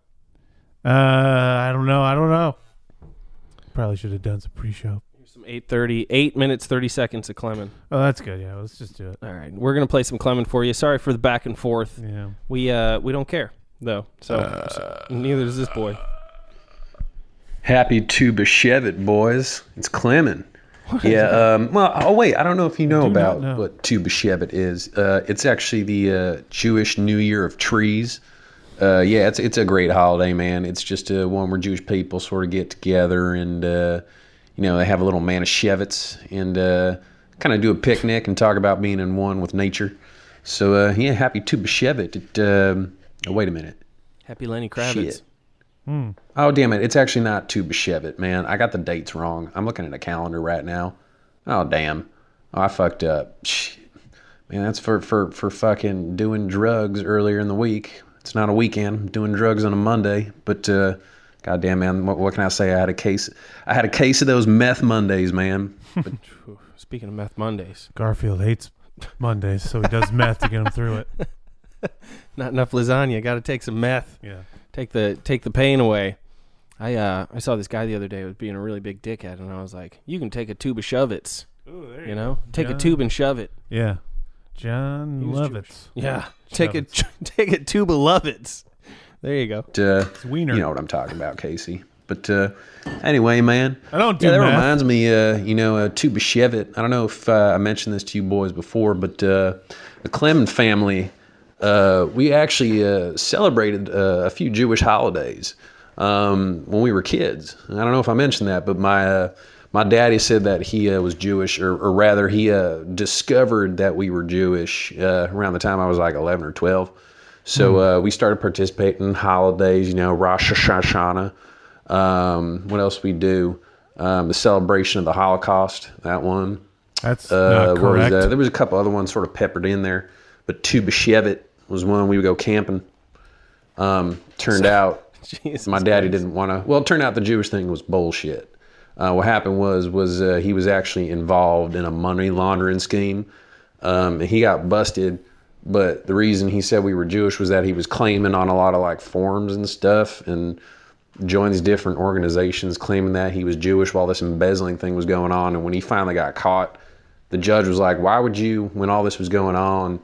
S4: Uh, I don't know. I don't know. Probably should have done some pre-show.
S2: Here's some 8:30, 8 minutes 30 seconds of Clemen.
S4: Oh, that's good. Yeah, let's just do it.
S2: All right, we're gonna play some Clemen for you. Sorry for the back and forth.
S4: Yeah.
S2: We uh we don't care though. So, so neither does this boy.
S8: Happy to Beshevit, boys. It's Clemen. Yeah. Um, well, oh wait, I don't know if you know
S4: do not
S8: about
S4: know.
S8: what Tu B'Shevet is. Uh, it's actually the uh, Jewish New Year of trees. Uh, yeah, it's it's a great holiday, man. It's just uh, one where Jewish people sort of get together and uh, you know they have a little manischewitz and uh, kind of do a picnic and talk about being in one with nature. So uh, yeah, happy Tu B'Shevet. It, um, oh, wait a minute.
S2: Happy Lenny Kravitz.
S8: Shit. Oh damn it! It's actually not Tu B'Shevet, man. I got the dates wrong. I'm looking at a calendar right now. Oh damn! Oh, I fucked up. Shit. Man, that's for for for fucking doing drugs earlier in the week. It's not a weekend. I'm doing drugs on a Monday. But uh, goddamn, man, what, what can I say? I had a case. I had a case of those meth Mondays, man. But
S2: Speaking of Meth Mondays,
S4: Garfield hates Mondays, so he does meth to get him through it.
S2: not enough lasagna. Got to take some meth.
S4: Yeah.
S2: take the take the pain away. I uh I saw this guy the other day was being a really big dickhead, and I was like, you can take a tube of shove it's. you, know, take
S4: Yeah.
S2: a tube and shove it.
S4: Yeah. John
S2: He's
S4: Lovitz.
S2: Yeah, take a take a tube of lovitz. There you go.
S8: uh,
S4: wiener.
S8: you know what I'm talking about, Casey. But uh, anyway, man.
S4: I don't do
S8: yeah, that
S4: math.
S8: reminds me, uh, you know, uh, Tu B'Shevet. I don't know if uh, I mentioned this to you boys before, but uh, the Clement family, uh, we actually uh, celebrated uh, a few Jewish holidays um, when we were kids. I don't know if I mentioned that, but my uh, my daddy said that he uh, was Jewish, or, or rather, he uh, discovered that we were Jewish uh, around the time I was like 11 or 12.
S4: Hmm.
S8: So uh, we started participating in holidays, you know, Rosh Hashanah. Um, what else we do? Um, the celebration of the Holocaust, that one.
S4: That's not
S8: where Uh, was
S4: Ah, correct.
S8: that? There was a couple other ones sort of peppered in there, but Tubashevit was one we would go camping. Um, turned out my daddy didn't want to. Well, it turned out the Jewish thing was bullshit. Uh, what happened was was uh, he was actually involved in a money laundering scheme. Um, and he got busted, but the reason he said we were Jewish was that he was claiming on a lot of like forms and stuff and joined these different organizations claiming that he was Jewish while this embezzling thing was going on. And when he finally got caught, the judge was like, "Why would you, when all this was going on,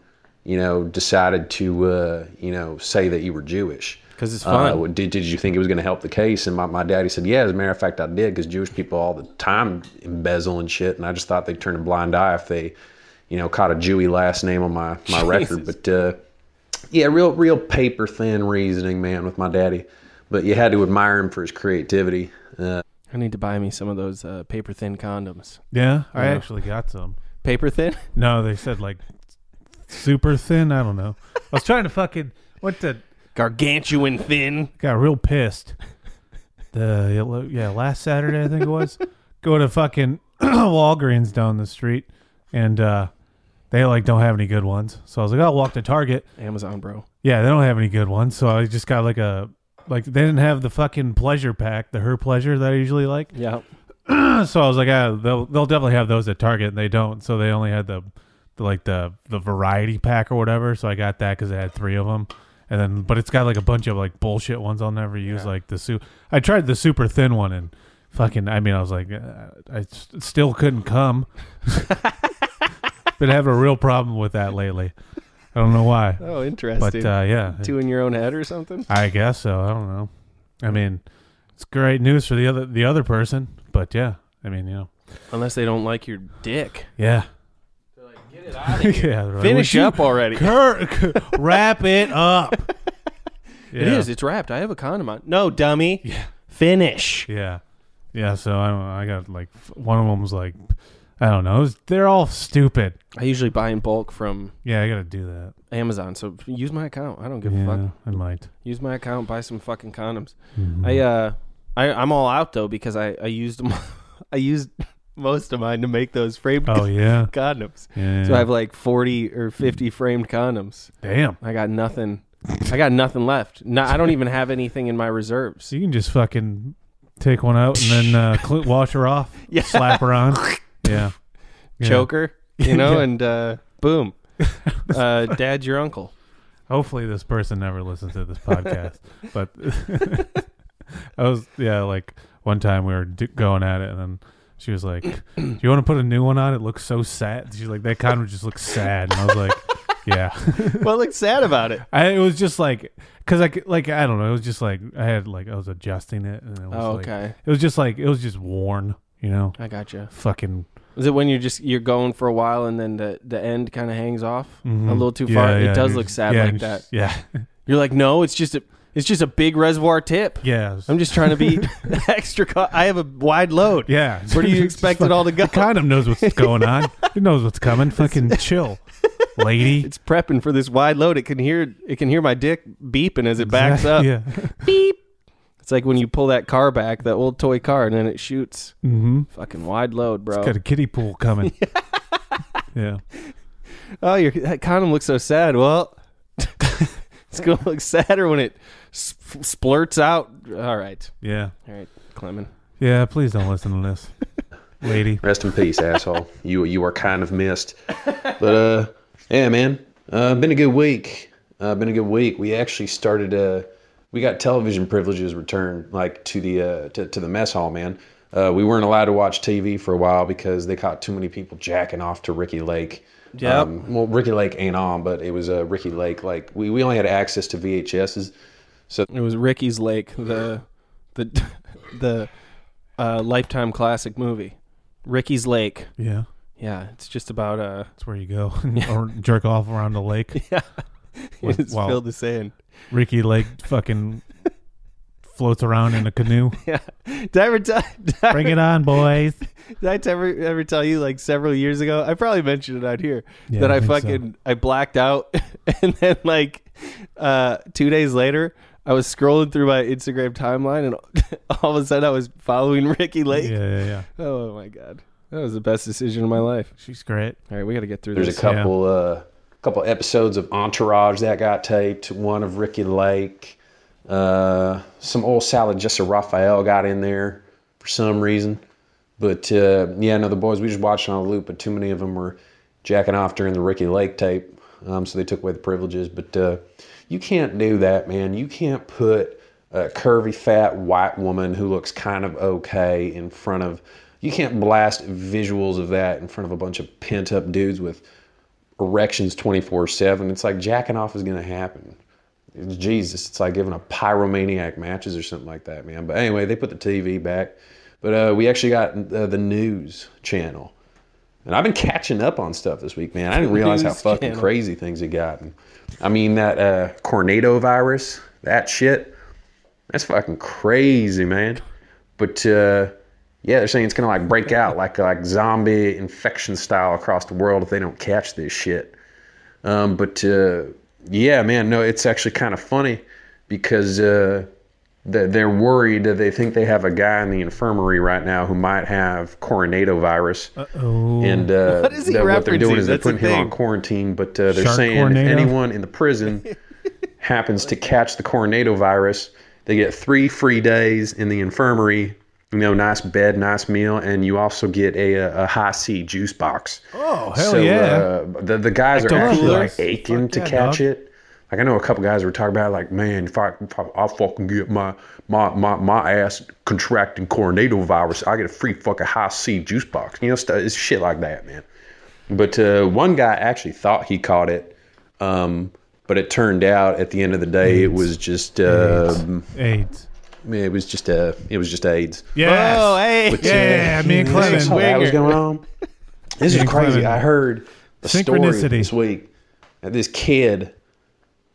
S8: you know, decided to uh, you know say that you were Jewish?"
S2: 'Cause it's
S8: Uh,
S2: fun.
S8: did, did you think it was going to help the case? And my, my daddy said, Yeah, as a matter of fact, I did because Jewish people all the time embezzle and shit. And I just thought they'd turn a blind eye if they, you know, caught a Jewy last name on my, my record. But uh, yeah, real, real paper thin reasoning, man, with my daddy. But you had to admire him for his creativity. Uh,
S2: I need to buy me some of those uh, paper thin condoms.
S4: Yeah, I
S2: Yeah.
S4: actually got some.
S2: Paper thin?
S4: No, they said like super thin. I don't know. I was trying to fucking what the
S2: gargantuan thin.
S4: Got real pissed. The yeah, last Saturday I think it was. go to fucking Walgreens down the street, and uh, they like don't have any good ones. So I was like, "Oh, I'll walk to Target.
S2: Amazon, bro.
S4: Yeah, they don't have any good ones. So I just got like a like they didn't have the fucking pleasure pack, the her pleasure that I usually like.
S2: Yeah.
S4: so I was like, ah, they'll they'll definitely have those at Target, and they don't. So they only had the, the like the the variety pack or whatever. So I got that because they had three of them, and then but it's got like a bunch of like bullshit ones I'll never use. Like the soup, I tried the super thin one and fucking. I mean, I was like, uh, I s- still couldn't come. Been having a real problem with that lately. I don't know why.
S2: Oh, interesting.
S4: But uh, yeah,
S2: Two in your own head or something?
S4: I guess so. I don't know. I mean, it's great news for the other the other person, but yeah. I mean, you know.
S2: Unless they don't like your dick.
S4: Yeah. yeah, right.
S2: Finish
S4: Would you-
S2: up already.
S4: Kirk, wrap it up.
S2: It is. It's wrapped. I have a condom on. No, dummy. Finish.
S4: Yeah, yeah. So I don't. know. I got like f- one of them was like, I don't know. It was- they're all stupid.
S2: I usually buy in bulk from
S4: Yeah, I gotta do that.
S2: Amazon. So use my account. I don't give a
S4: Yeah,
S2: fuck.
S4: I might.
S2: Use my account. Buy some fucking condoms.
S4: Mhm.
S2: I uh, I I'm all out though because I I used them. I used most of mine to make those framed.
S4: Oh, yeah.
S2: condoms.
S4: Yeah.
S2: So I have like 40 or 50 framed condoms.
S4: Damn.
S2: I got nothing. I got nothing left. No, I don't even have anything in my reserves.
S4: So you can just fucking take one out and then uh, cl- wash her off.
S2: Yeah.
S4: Slap her on. Yeah. yeah.
S2: Choker, you know,
S4: Yeah.
S2: and uh, boom. Uh, Dad's your uncle.
S4: Hopefully, this person never listens to this podcast. but I was, yeah, like one time we were d- going at it, and then she was like, "Do you want to put a new one on? It looks so sad." She's like, "That condom just looks sad," and I was like, "Yeah."
S2: what looks sad about it?
S4: I, it was just like, cause I c- like I don't know. It was just like I had like I was adjusting it, and it was
S2: Oh,
S4: like-
S2: okay.
S4: It was just like it was just worn, you know.
S2: I gotcha.
S4: Fucking
S2: Is it when you're just you're going for a while and then the the end kind of hangs off
S4: Mhm.
S2: a little too
S4: Yeah,
S2: far?
S4: yeah,
S2: it does
S4: you're
S2: look
S4: just-
S2: sad
S4: yeah,
S2: like
S4: you're
S2: that.
S4: just- yeah.
S2: You're like, no, it's just a it's just a big reservoir tip.
S4: Yeah.
S2: I'm just trying to be extra. Co- I have a wide load.
S4: Yeah.
S2: Where do you expect it all to go?
S4: The condom knows what's going on. It knows what's coming. Fucking chill, lady.
S2: It's prepping for this wide load. It can hear it can hear my dick beeping as it backs up.
S4: Exact-
S2: Beep. It's like when you pull that car back, that old toy car, and then it shoots.
S4: Mhm.
S2: Fucking wide load, bro.
S4: It's got a kiddie pool coming. yeah.
S2: Oh, your that condom looks so sad. Well, it's gonna look sadder when it sp- splurts out. All right.
S4: Yeah.
S2: All right, Clement.
S4: Yeah. Please don't listen to this, lady.
S8: Rest in peace, asshole. You you are kind of missed. But uh, yeah, man, uh, been a good week. Uh, been a good week. We actually started. Uh, we got television privileges returned, like to the uh, to, to the mess hall, man. Uh, we weren't allowed to watch TV for a while because they caught too many people jacking off to Ricky Lake. Um,
S2: Yep.
S8: well, Ricky Lake ain't on, but it was uh, Ricky Lake. Like we, we only had access to VHSs. So
S2: it was Ricky's Lake, the the the uh, lifetime classic movie, Ricky's Lake.
S4: Yeah.
S2: Yeah, it's just about uh.
S4: That's where you go or jerk off around the lake.
S2: Yeah.
S4: With-
S2: It's filled with sand.
S4: Ricky Lake fucking floats around in a canoe.
S2: yeah. Did I ever tell? did I
S4: Bring
S2: ever-
S4: it on, boys.
S2: Did I ever ever tell you like several years ago? I probably mentioned it out here
S4: Yeah,
S2: that
S4: I
S2: I,
S4: think so.
S2: fucking I blacked out, and then like uh, two days later, I was scrolling through my Instagram timeline, and all of a sudden I was following Ricky Lake.
S4: Yeah, yeah, yeah.
S2: Oh my god, that was the best decision of my life.
S4: She's great.
S2: All right, we got to get through.
S8: There's a
S2: this.
S8: couple uh, couple episodes of Entourage that got taped. One of Ricky Lake, uh, some old salad. Jesse Raphael got in there for some reason, but uh, yeah, no, the boys we just watched on a loop, but too many of them were jacking off during the Ricky Lake tape, um, so they took away the privileges. But uh, you can't do that, man. You can't put a curvy, fat white woman who looks kind of okay in front of. You can't blast visuals of that in front of a bunch of pent up dudes with erections 24 7. It's like jacking off is going to happen. It's Jesus. It's like giving a pyromaniac matches or something like that, man. But anyway, they put the TV back. But uh, we actually got uh, the news channel. And I've been catching up on stuff this week, man. I didn't realize how
S2: News
S8: fucking
S2: channel.
S8: crazy things had gotten. I mean, that uh, Cornado virus, that shit, that's fucking crazy, man. But uh, yeah, they're saying it's gonna like break out like like zombie infection style across the world if they don't catch this shit. Um, but uh, yeah, man, no, it's actually kind of funny because uh, they're, they're worried that they think they have a guy in the infirmary right now who might have coronado virus.
S4: Uh-oh.
S8: And uh,
S4: What is he
S8: that what they're doing
S4: referencing?
S8: is they're
S4: That's the
S8: putting him on
S4: thing.
S8: quarantine. But uh, they're
S4: Shark
S8: saying
S4: Coronado?
S8: if anyone in the prison happens to catch the coronado virus, they get three free days in the infirmary. You know, nice bed, nice meal, and you also get a, a a high C juice box.
S4: Oh, hell
S8: so,
S4: yeah.
S8: Uh, the the guys are
S4: Ecto
S8: actually
S4: coolers.
S8: like aching
S4: Fuck
S8: to
S4: yeah,
S8: catch
S4: dog.
S8: it. Like I know a couple guys were talking about, like, man, if I, if I I'll fucking get my my my my ass contracting coronado virus, I get a free fucking high C juice box. You know, st- it's shit like that, man. But uh, one guy actually thought he caught it, um, but it turned out at the end of the day it was just um,
S4: AIDS.
S8: It was just uh, it was just AIDS.
S4: Yes.
S2: Oh, hey.
S4: Which, uh, yeah, me and
S8: yeah,
S4: Clement.
S8: so that was going on. This is
S4: Yeah,
S8: crazy.
S4: Clement.
S8: I heard a story
S4: Synchronicity.
S8: this week that this kid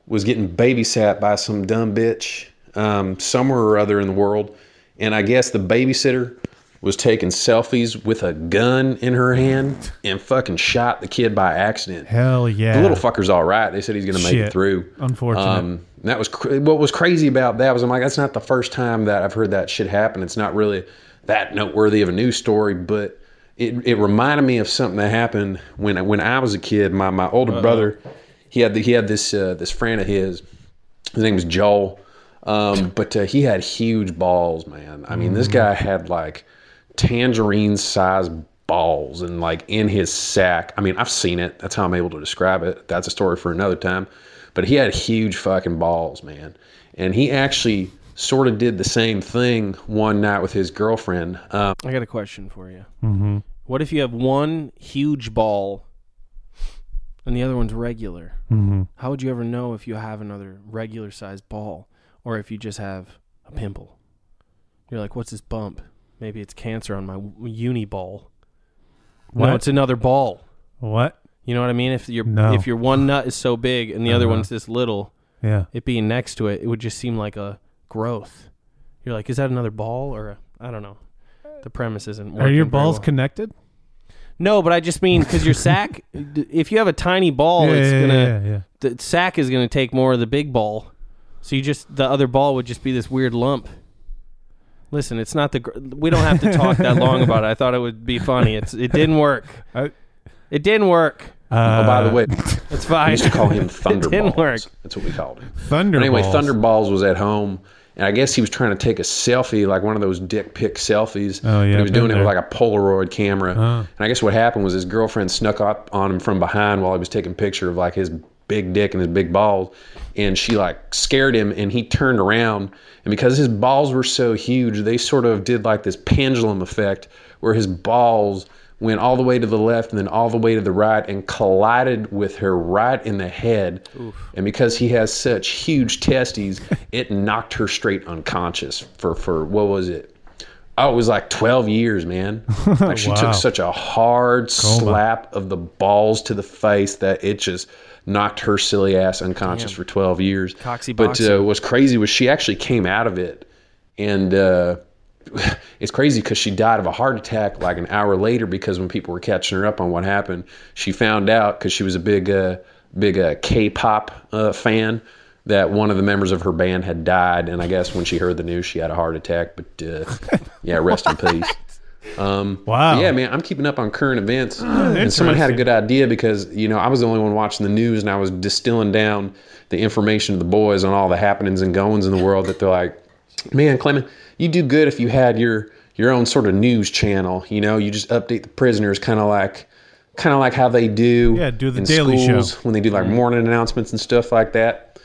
S8: was getting babysat by some dumb bitch um, somewhere or other in the world, and I guess the babysitter was taking selfies with a gun in her hand and fucking shot the kid by accident.
S4: Hell yeah.
S8: The little fucker's all right. They said he's going to make
S4: Shit.
S8: it through.
S4: Unfortunate.
S8: Um, and that was cr- what was crazy about that was I'm like, that's not the first time that I've heard that shit happen. It's not really that noteworthy of a news story, but it, it reminded me of something that happened when I- when I was a kid. My my older
S4: Uh-huh.
S8: brother, he had the, he had this uh, this friend of his. His name was Joel, um, but uh, he had huge balls, man. I mean, this
S4: Mm.
S8: guy had like tangerine sized balls and like in his sack. I mean, I've seen it. That's how I'm able to describe it. That's a story for another time. But he had huge fucking balls, man. And he actually sort of did the same thing one night with his girlfriend. Um,
S2: I got a question for you.
S4: Mm-hmm.
S2: What if you have one huge ball and the other one's regular?
S4: Mhm.
S2: How would you ever know if you have another regular sized ball or if you just have a pimple? You're like, what's this bump? Maybe it's cancer on my w- uni ball.
S4: What?
S2: No, it's another ball.
S4: What?
S2: You know what I mean? If your
S4: No.
S2: if your one nut is so big and the other
S4: Uh-huh.
S2: one's this little,
S4: Yeah.
S2: it being next to it, it would just seem like a growth. You're like, is that another ball or a, I don't know. The premise isn't.
S4: Are your
S2: working very
S4: balls
S2: well.
S4: connected?
S2: No, but I just mean because your sack, d- if you have a tiny ball,
S4: Yeah,
S2: Oh, it's
S4: yeah,
S2: gonna
S4: yeah, yeah.
S2: the sack is gonna take more of the big ball. So you just the other ball would just be this weird lump. Listen, it's not the gr- we don't have to talk that long about it. I thought it would be funny. It's it didn't work. it didn't work.
S8: oh, by the
S4: Uh,
S8: way,
S2: It's fine.
S8: We used to call him
S2: Uh, it didn't
S8: Thunderball.
S2: work.
S8: That's what we called him.
S4: Thunder.
S8: But anyway,
S4: balls.
S8: Thunderballs was at home, and I guess he was trying to take a selfie, like one of those dick pic selfies.
S4: Oh, yeah,
S8: But he was
S4: been
S8: doing it with
S4: there.
S8: like a Polaroid camera.
S4: Ah.
S8: And I guess what happened was his girlfriend snuck up on him from behind while he was taking a picture of like his big dick and his big balls, and she like scared him, and he turned around, and because his balls were so huge, they sort of did like this pendulum effect where his balls went all the way to the left and then all the way to the right and collided with her right in the head. And because he has such huge testes, it knocked her straight unconscious for for what was it? Oh, it was like 12 years, man. Like she
S4: Wow.
S8: took such a hard
S4: Coma.
S8: slap of the balls to the face that it just knocked her silly ass unconscious for 12 years.
S2: Coxy
S8: But
S2: boxy.
S8: uh, what's crazy was she actually came out of it and uh, it's crazy because she died of a heart attack like an hour later because when people were catching her up on what happened, she found out because she was a big, uh, big uh, K-pop uh, fan that one of the members of her band had died, and I guess when she heard the news, she had a heart attack. But uh, yeah, rest in peace. Um, wow. Yeah, man, I'm keeping up on current events.
S4: Ah,
S8: and someone had a good idea because, you know, I was the only one watching the news and I was distilling down the information to the boys on all the happenings and goings in the world that they're like, man, Clement, you do good if you had your your own sort of news channel. You know, you just update the prisoners kind of like kind of like how they do
S4: Yeah, do the
S8: in
S4: Daily
S8: schools
S4: Show. Mm-hmm.
S8: when they do like morning announcements and stuff like that.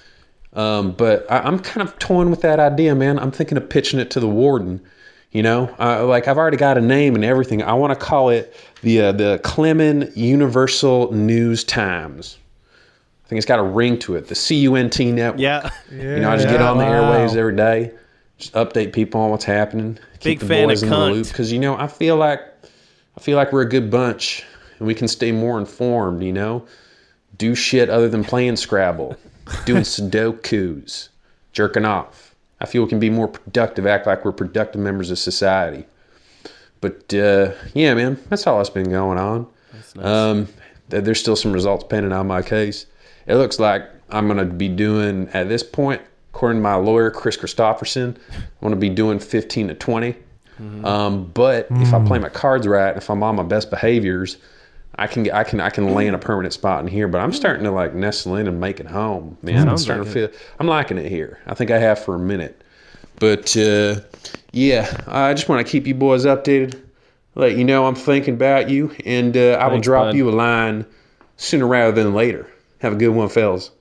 S8: Um, but I, I'm kind of toying with that idea, man. I'm thinking of pitching it to the warden. You know, uh, like I've already got a name and everything. I want to call it the uh, the Clemen Universal News Times. I think it's got a ring to it. The CUNT network.
S2: Yeah.
S8: You know, I just get on the airwaves every day, just update people on what's happening.
S2: Big fan of cunt.
S8: because you know I feel like I feel like we're a good bunch and we can stay more informed. You know, do shit other than playing Scrabble, doing Sudoku's, jerking off. I feel we can be more productive, act like we're productive members of society. But uh, yeah, man, that's all that's been going on. Um, th- there's still some results pending on my case. It looks like I'm going to be doing, at this point, according to my lawyer, Chris Christopherson, I'm going to be doing 15 to 20. Um, but if I
S17: Hmm.
S8: play my cards right, if I'm on my best behaviors, I can I can I can lay in a permanent spot in here. But I'm starting to like nestle in and make it home, man. I'm
S17: Sounds
S8: starting
S17: like
S8: to feel I'm liking it here. I think I have for a minute. But uh, yeah, I just want to keep you boys updated, let you know I'm thinking about you, and uh, I will
S2: Thanks,
S8: drop
S2: bud.
S8: you a line sooner rather than later. Have a good one, fellas.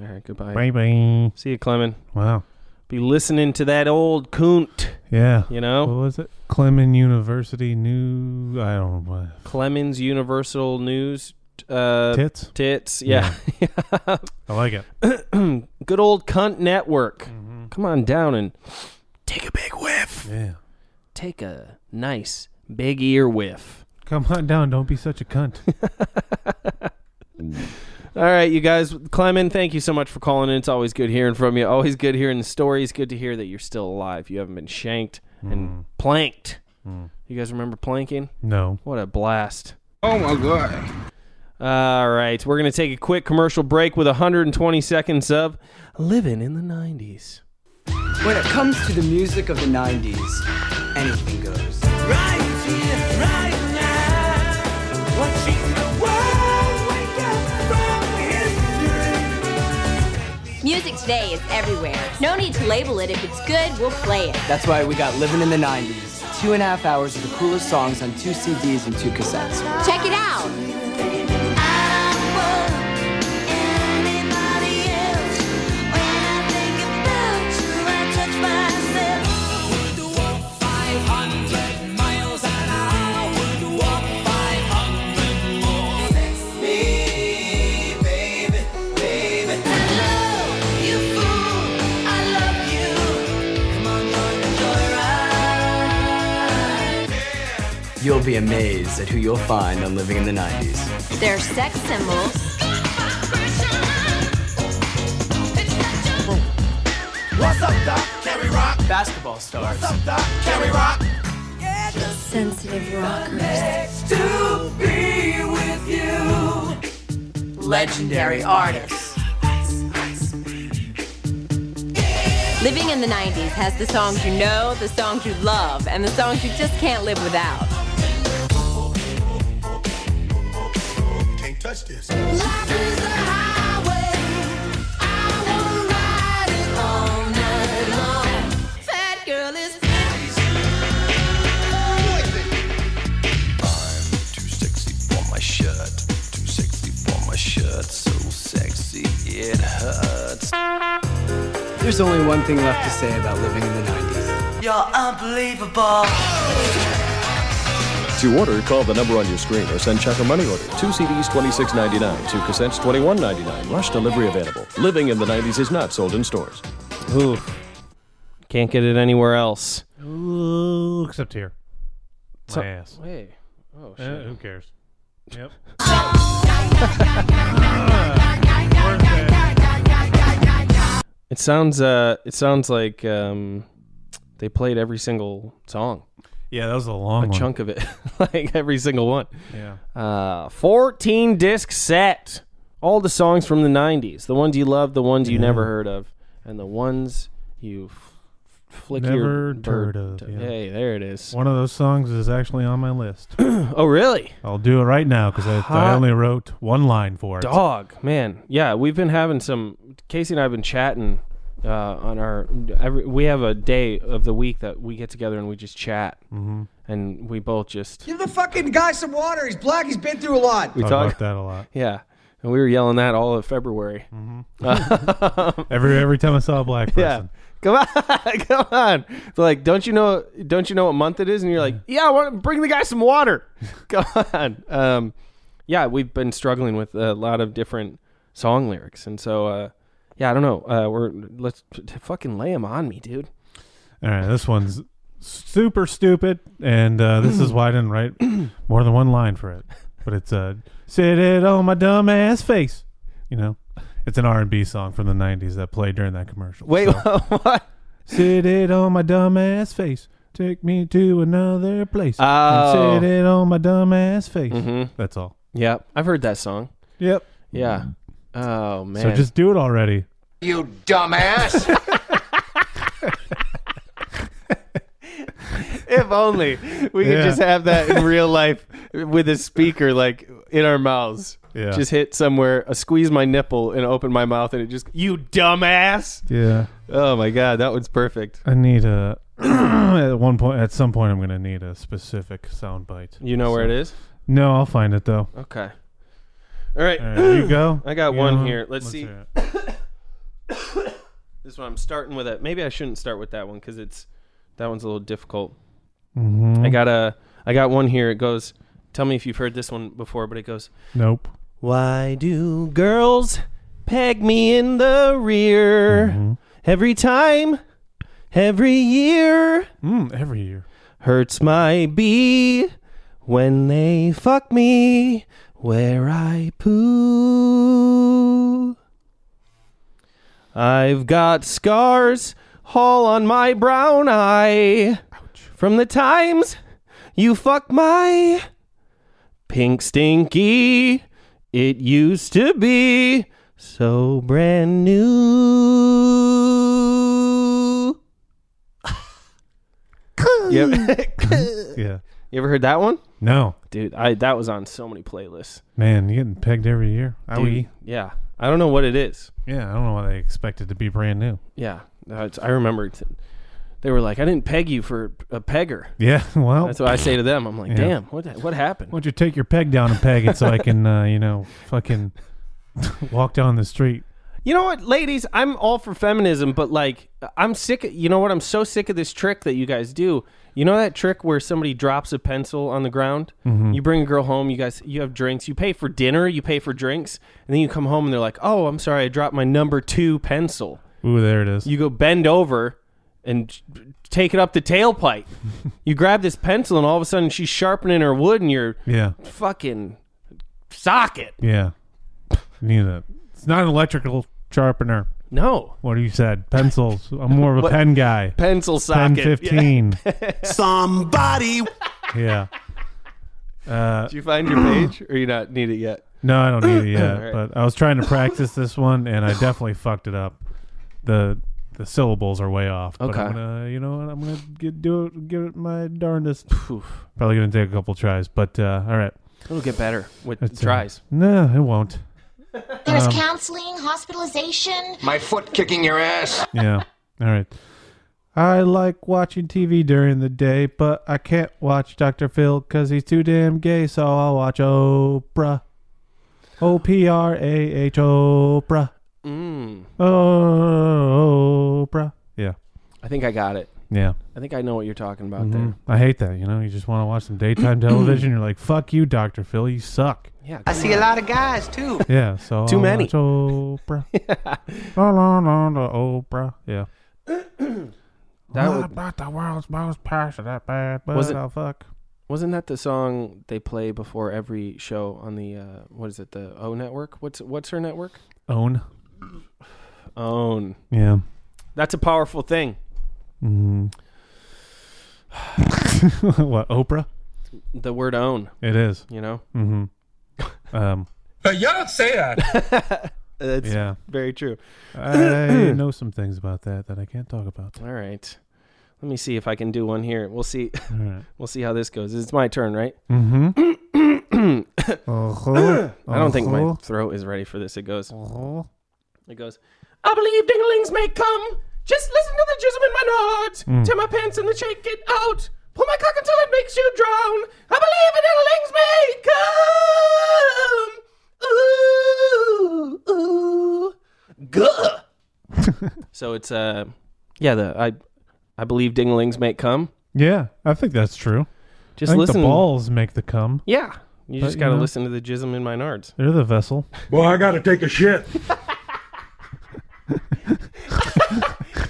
S2: All right, goodbye.
S4: Bye bye.
S2: See you, Clemen.
S4: Wow.
S2: Be listening to that old coont.
S4: Yeah.
S2: You know?
S4: What was it? Clement University New. I don't know. What.
S2: Clemens Universal News. Uh,
S4: Oh. Tits?
S2: Tits. Yeah.
S4: I like it.
S2: Good old cunt network. Come on down and take a big whiff.
S4: Yeah.
S2: Take a nice big ear whiff.
S4: Come on down. Don't be such a cunt.
S2: All right, you guys. Clemen, thank you so much for calling in. It's always good hearing from you. Always good hearing the stories. Good to hear that you're still alive. You haven't been shanked and planked. You guys remember planking?
S4: No.
S2: What a blast.
S1: Oh my god.
S2: All right, we're going to take a quick commercial break with 120 seconds of Living in the 90s.
S18: When it comes to the music of the 90s, anything goes.
S5: Music today is everywhere. No need to label it. If it's good, we'll play it.
S18: That's why we got Living in the 90s. Two and a half hours of the coolest songs on two CDs and two cassettes.
S5: Check it out.
S18: You'll be amazed at who you'll find on Living in the 90s.
S5: They're sex symbols.
S18: What's up, Doc? Can we rock? Basketball stars. What's up, Doc? Can we rock?
S19: Sensitive rockers.
S18: Next to be with you. Legendary artists.
S5: Living in the 90s has the songs you know, the songs you love, and the songs you just can't live without.
S20: Can't touch this.
S21: for my shirt. Too sexy for my shirt. So sexy it hurts.
S18: There's only one thing left to say about Living in the 90s.
S22: You're unbelievable.
S23: To order, call the number on your screen or send check or money order. Two CDs, twenty-six ninety-nine. Two cassettes, twenty-one ninety-nine. Rush delivery available. Living in the '90s is not sold in stores.
S2: Oof. Can't get it anywhere else.
S4: Ooh, except here. My
S2: So-
S4: ass.
S2: Hey. Oh,
S4: shit. who cares? Yep.
S2: It sounds uh it sounds like um They played every single song.
S4: Yeah, that was a long
S2: a
S4: one.
S2: chunk of it, like every single one.
S4: Yeah.
S2: Uh, 14 disc set. All the songs from the 90s. The ones you loved, the ones you never heard of, and the ones you f- flick your
S4: Never
S2: bird
S4: heard of.
S2: to.
S4: yeah.
S2: Hey, there it is.
S4: One of those songs is actually on my list.
S2: oh, really?
S4: I'll do it right now because I, I
S2: Hot
S4: only wrote one line for it.
S2: Dog, man. Yeah, we've been having some. Casey and I have been chatting uh, on our. Every, we have a day of the week that we get together and we just chat. Mm-hmm. And we both just.
S18: Give the fucking guy some water. He's black. He's been through a lot.
S2: We
S4: about that a lot.
S2: Yeah. And we were yelling that all of February.
S4: Every every time I saw a black person.
S2: Yeah. Come on, come on. They're like, don't you know? Don't you know what month it is? And you're like, yeah, I want to bring the guy some water. come on. Um, yeah, we've been struggling with a lot of different song lyrics, and so uh, yeah, I don't know. Uh, we're let's t- t- fucking lay them on me, dude.
S4: All right, this one's super stupid, and uh, this is why I didn't write more than one line for it. But it's uh, "Sit it on my dumb ass face," you know. It's an R and B song from the '90s that played during that commercial.
S2: Wait, what?
S4: Sit it on my dumb ass face. Take me to another place.
S2: Oh.
S4: And sit it on my dumb ass face.
S2: Mhm.
S4: That's all.
S2: Yep, I've heard that song.
S4: Yep.
S2: Yeah. Oh man.
S4: So just do it already.
S2: you dumbass. if only we could
S4: Yeah.
S2: just have that in real life with a speaker like in our mouths.
S4: Yeah.
S2: Just hit somewhere, uh, squeeze my nipple and open my mouth and it just you dumbass.
S4: Yeah.
S2: Oh my god, that one's perfect.
S4: I need a. at one point, at some point, I'm gonna need a specific sound bite.
S2: You know where it is?
S4: No, I'll find it though.
S2: Okay. All right.
S4: All right, Uh, you go.
S2: I got
S4: You
S2: one
S4: know,
S2: here. Let's,
S4: let's
S2: see.
S4: hear
S2: this one I'm starting with it. Maybe I shouldn't start with that one cuz it's that one's a little difficult.
S4: Mhm.
S2: I got a I got one here. It goes Tell me if you've heard this one before, but it goes
S4: Nope.
S2: Why do girls peg me in the rear every time, every Hmm, year?
S4: Mm, every year.
S2: Hurts my bee when they fuck me where I poo. I've got scars all on my brown eye from the times you fuck my pink stinky. It used to be so brand new. you, ever,
S4: Yeah.
S2: you ever heard that one?
S4: No,
S2: Dude, I that was on so many playlists.
S4: man, you're getting pegged every year.
S2: Dude,
S4: Owie.
S2: Yeah. I don't know what it is.
S4: Yeah, I don't know why they expect it to be brand new.
S2: Yeah. No, it's- I remember it. they were like, I didn't peg you for a pegger.
S4: Yeah, well,
S2: That's what I say to them. I'm like,
S4: Yeah.
S2: damn, what the- what happened?
S4: Why don't you take your peg down and peg it so I can, uh, you know, fucking walk down the street?
S2: You know what, ladies, I'm all for feminism, but like I'm sick of, you know what, I'm so sick of this trick that you guys do. You know that trick where somebody drops a pencil on the ground?
S4: Mhm.
S2: You bring a girl home, you guys you have drinks, you pay for dinner, you pay for drinks, and then you come home and they're like, "Oh, I'm sorry, I dropped my number 2 pencil."
S4: Ooh, there it is.
S2: You go bend over and j- take it up the tailpipe. you grab this pencil and all of a sudden she's sharpening her wood in your
S4: Yeah.
S2: fucking socket.
S4: Yeah, you need a. It's not an electrical sharpener.
S2: No.
S4: What you said? Pencils. I'm more of a
S2: What-
S4: pen guy.
S2: Pencil
S4: Pen
S2: socket.
S4: fifteen.
S2: Somebody
S4: Yeah. Uh,
S2: Did you find your page, or you not need it yet?
S4: No, I don't need it yet.
S2: All right.
S4: But I was trying to practice this one, and I definitely fucked it up. the The syllables are way off. But
S2: Okay.
S4: I'm gonna, you know what? I'm gonna get, do it. Give it my darndest. Probably gonna take a couple tries, but uh, all right.
S2: It'll get better with
S4: It's, uh,
S2: tries.
S4: no, it won't. Um,
S17: counseling, hospitalization.
S1: My foot kicking your ass.
S4: yeah. All right. I like watching TV during the day, but I can't watch Dr. Phil because he's too damn gay, so I'll watch Oprah. O P R A H Oprah.
S2: Mm.
S4: Oh, Oprah. Yeah.
S2: I think I got it.
S4: Yeah.
S2: I think I know what you're talking about
S4: Mhm.
S2: there.
S4: I hate that. You know, you just want to watch some daytime television. You're like, fuck you, Dr. Phil. You suck.
S2: Yeah.
S18: I see a lot of guys too.
S4: Yeah. So
S2: Too
S4: I'll
S2: many.
S4: watch Oprah. La, la, la, la, Oprah. Yeah.
S2: That
S4: Not
S2: would-
S4: about the world's most passionate bad, but
S2: Was it-
S4: I'll fuck.
S2: Wasn't that the song they play before every show on the uh, what is it? The O Network. What's what's her network?
S4: Own.
S2: Own.
S4: Yeah.
S2: That's a powerful thing.
S4: Mm-hmm. what Oprah?
S2: The word own.
S4: It is.
S2: You know?
S4: Mm-hmm. Um,
S24: But y'all don't say that.
S2: That's
S4: Yeah.
S2: very true.
S4: I know some things about that that I can't talk about.
S2: All right. Let me see if I can do one here. We'll see. We'll see how this goes. It's my turn, right?
S4: Mm-hmm.
S2: I don't think
S4: Uh-huh.
S2: my throat is ready for this. It goes. It goes. I believe dinglings may come. Just listen to the jism in my nods.
S16: Mm.
S2: Tear my pants and the shake it out. Pull my cock until it makes you drown. I believe in dinglings may come. Ooh, ooh, guh. so it's uh, yeah. The I, I believe dinglings may come.
S4: Yeah, I think that's true.
S2: Just
S4: I think
S2: listen-
S4: The balls make the cum.
S2: Yeah, you
S4: But,
S2: just gotta
S4: know,
S2: listen to the jism in my nards.
S4: They're the vessel.
S24: Well, I gotta take a shit.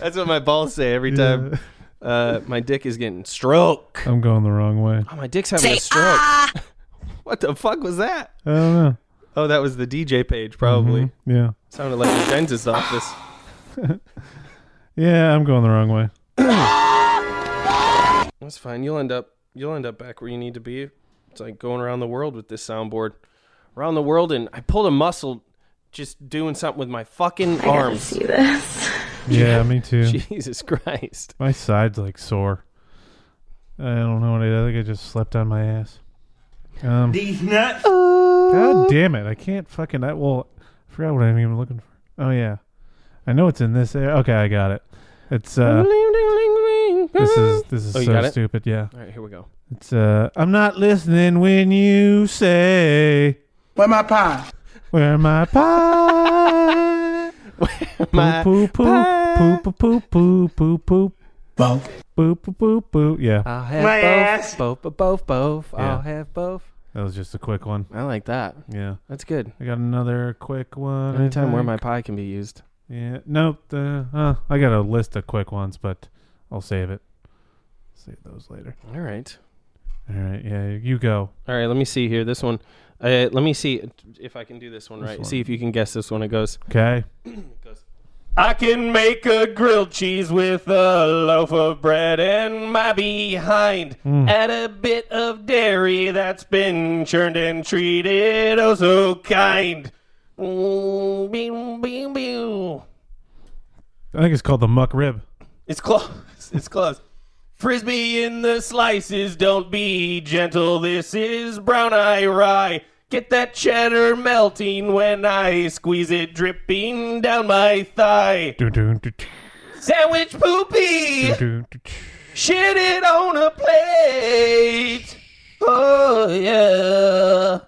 S2: That's what my balls say every time. Uh, my dick is getting stroke.
S4: I'm going the wrong way.
S2: Oh, my dick's having a stroke.
S24: ah.
S2: what the fuck was that?
S4: I don't know.
S2: Oh, that was the DJ page, probably.
S4: Mhm, Yeah.
S2: Sounded like the dentist's office.
S4: Yeah, I'm going the wrong way.
S2: That's fine. You'll end up you'll end up back where you need to be. It's like going around the world with this soundboard. Around the world and I pulled a muscle just doing something with my fucking arms.
S4: see this. Yeah, me too.
S2: Jesus Christ.
S4: My side's like sore. I don't know what I, I think I just slept on my ass. Um,
S24: These nuts.
S2: Oh.
S4: God damn it! I can't fucking. I well, I forgot what I'm even looking for. Oh yeah, I know it's in this. Area. Okay, I got it. It's uh. This is this is
S2: Oh, you
S4: so
S2: got it?
S4: stupid. Yeah.
S2: All right, here we go.
S4: It's uh. I'm not listening when you say.
S24: Where my pie?
S4: Where my pie?
S2: my
S4: poop, poop, poop, poop, poop, poop, poop, poop.
S24: Boop.
S4: Boop, boop, boop, boop. Yeah.
S2: I'll have
S24: My
S2: both,
S24: ass.
S2: both, both, both, both. I'll
S4: Yeah.
S2: have both.
S4: That was just a quick one.
S2: I like that.
S4: Yeah.
S2: That's good.
S4: I got another quick one. I
S2: Anytime where
S4: think.
S2: my pie can be used.
S4: Yeah. Nope. Uh, uh, I got a list of quick ones, but I'll save it. Save those later.
S2: All right.
S4: All right. Yeah. You go.
S2: All right, let me see here. This one. Uh, let me see if I can do this one
S4: This
S2: right.
S4: one.
S2: See if you can guess this one. It goes.
S4: Okay.
S3: I can make a grilled cheese with a loaf of bread and my behind.
S4: Hmm.
S16: Mm.
S3: Add a bit of dairy that's been churned and treated oh so kind. Mm, beow, beow, beow.
S4: I think it's called the muck rib.
S3: It's close. It's close. Frisbee in the slices. Don't be gentle. This is brown eye rye. Get that cheddar melting when I squeeze it, dripping down my thigh. Sandwich poopy. Shit it on a plate. Oh yeah.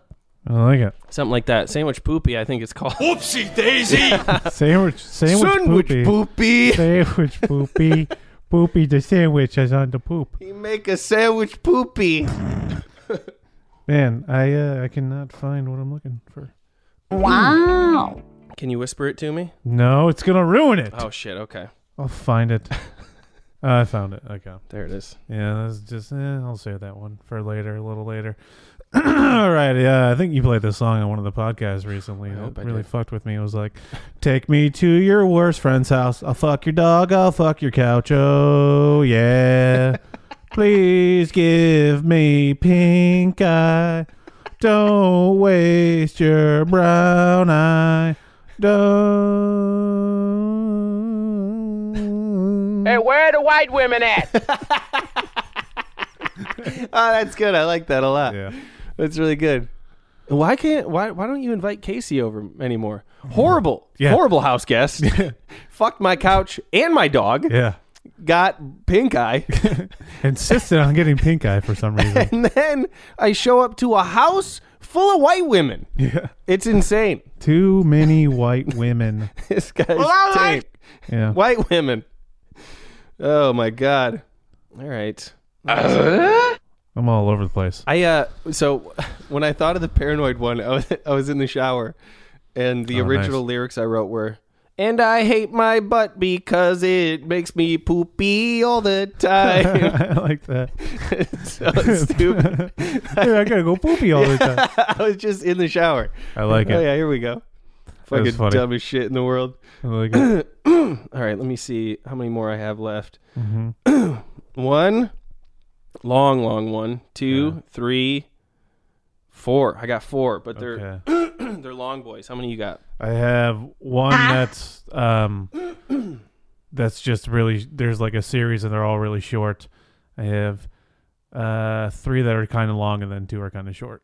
S4: I like it.
S2: Something like that. Sandwich poopy, I think it's called.
S3: Whoopsie daisy.
S4: Sandwich. Sandwich.
S2: Sandwich poopy.
S4: Sandwich poopy. poopy. The sandwich is on the poop.
S2: You make a sandwich poopy.
S4: Man, I uh, I cannot find what I'm looking for.
S2: wow. Can you whisper it to me?
S4: No, it's gonna ruin it.
S2: Oh shit. Okay.
S4: I'll find it. Uh, I found it. Okay.
S2: There it is.
S4: Yeah, that's just. Eh, I'll save that one for later, a little later. All right. Yeah, I think you played this song on one of the podcasts recently. It
S2: hope I
S4: really
S2: did.
S4: fucked with me. It was like, "Take me to your worst friend's house. I'll fuck your dog. I'll fuck your couch. Oh yeah. Please give me pink eye. Don't waste your brown eye. Don't."
S16: Hey, where the white women at?
S2: Oh, that's good. I like that a lot.
S4: Yeah.
S2: That's really good. Why can't why why don't you invite Casey over anymore? Horrible.
S4: Yeah.
S2: Horrible house guest. Fucked my couch and my dog.
S4: Yeah.
S2: Got pink eye.
S4: Insisted on getting pink eye for some reason.
S2: and then I show up to a house full of white women.
S4: Yeah.
S2: It's insane.
S4: Too many white women.
S2: This guy's tape.
S4: Yeah.
S2: White women. Oh my god. All right.
S4: I'm all over the place.
S2: I uh so when I thought of the paranoid one, I was, I was in the shower and the
S4: Oh,
S2: original lyrics I wrote were and I hate my butt because it makes me poopy all the time.
S4: I like that.
S2: so stupid.
S4: Hey, I gotta go poopy all the time.
S2: I was just in the shower.
S4: I like
S2: Oh
S4: it.
S2: yeah, here we go.
S4: That was
S2: Fucking
S4: funny.
S2: dumbest shit in the world.
S4: I like it. Mm-hmm.
S2: All right, let me see how many more I have left.
S4: Mhm.
S2: One,
S25: Long, long one. Two, three, four. I got four, but they're they're long boys. How many you got?
S4: I have one that's um that's just really there's like a series and they're all really short. I have uh three that are kind of long and then two are kind of short.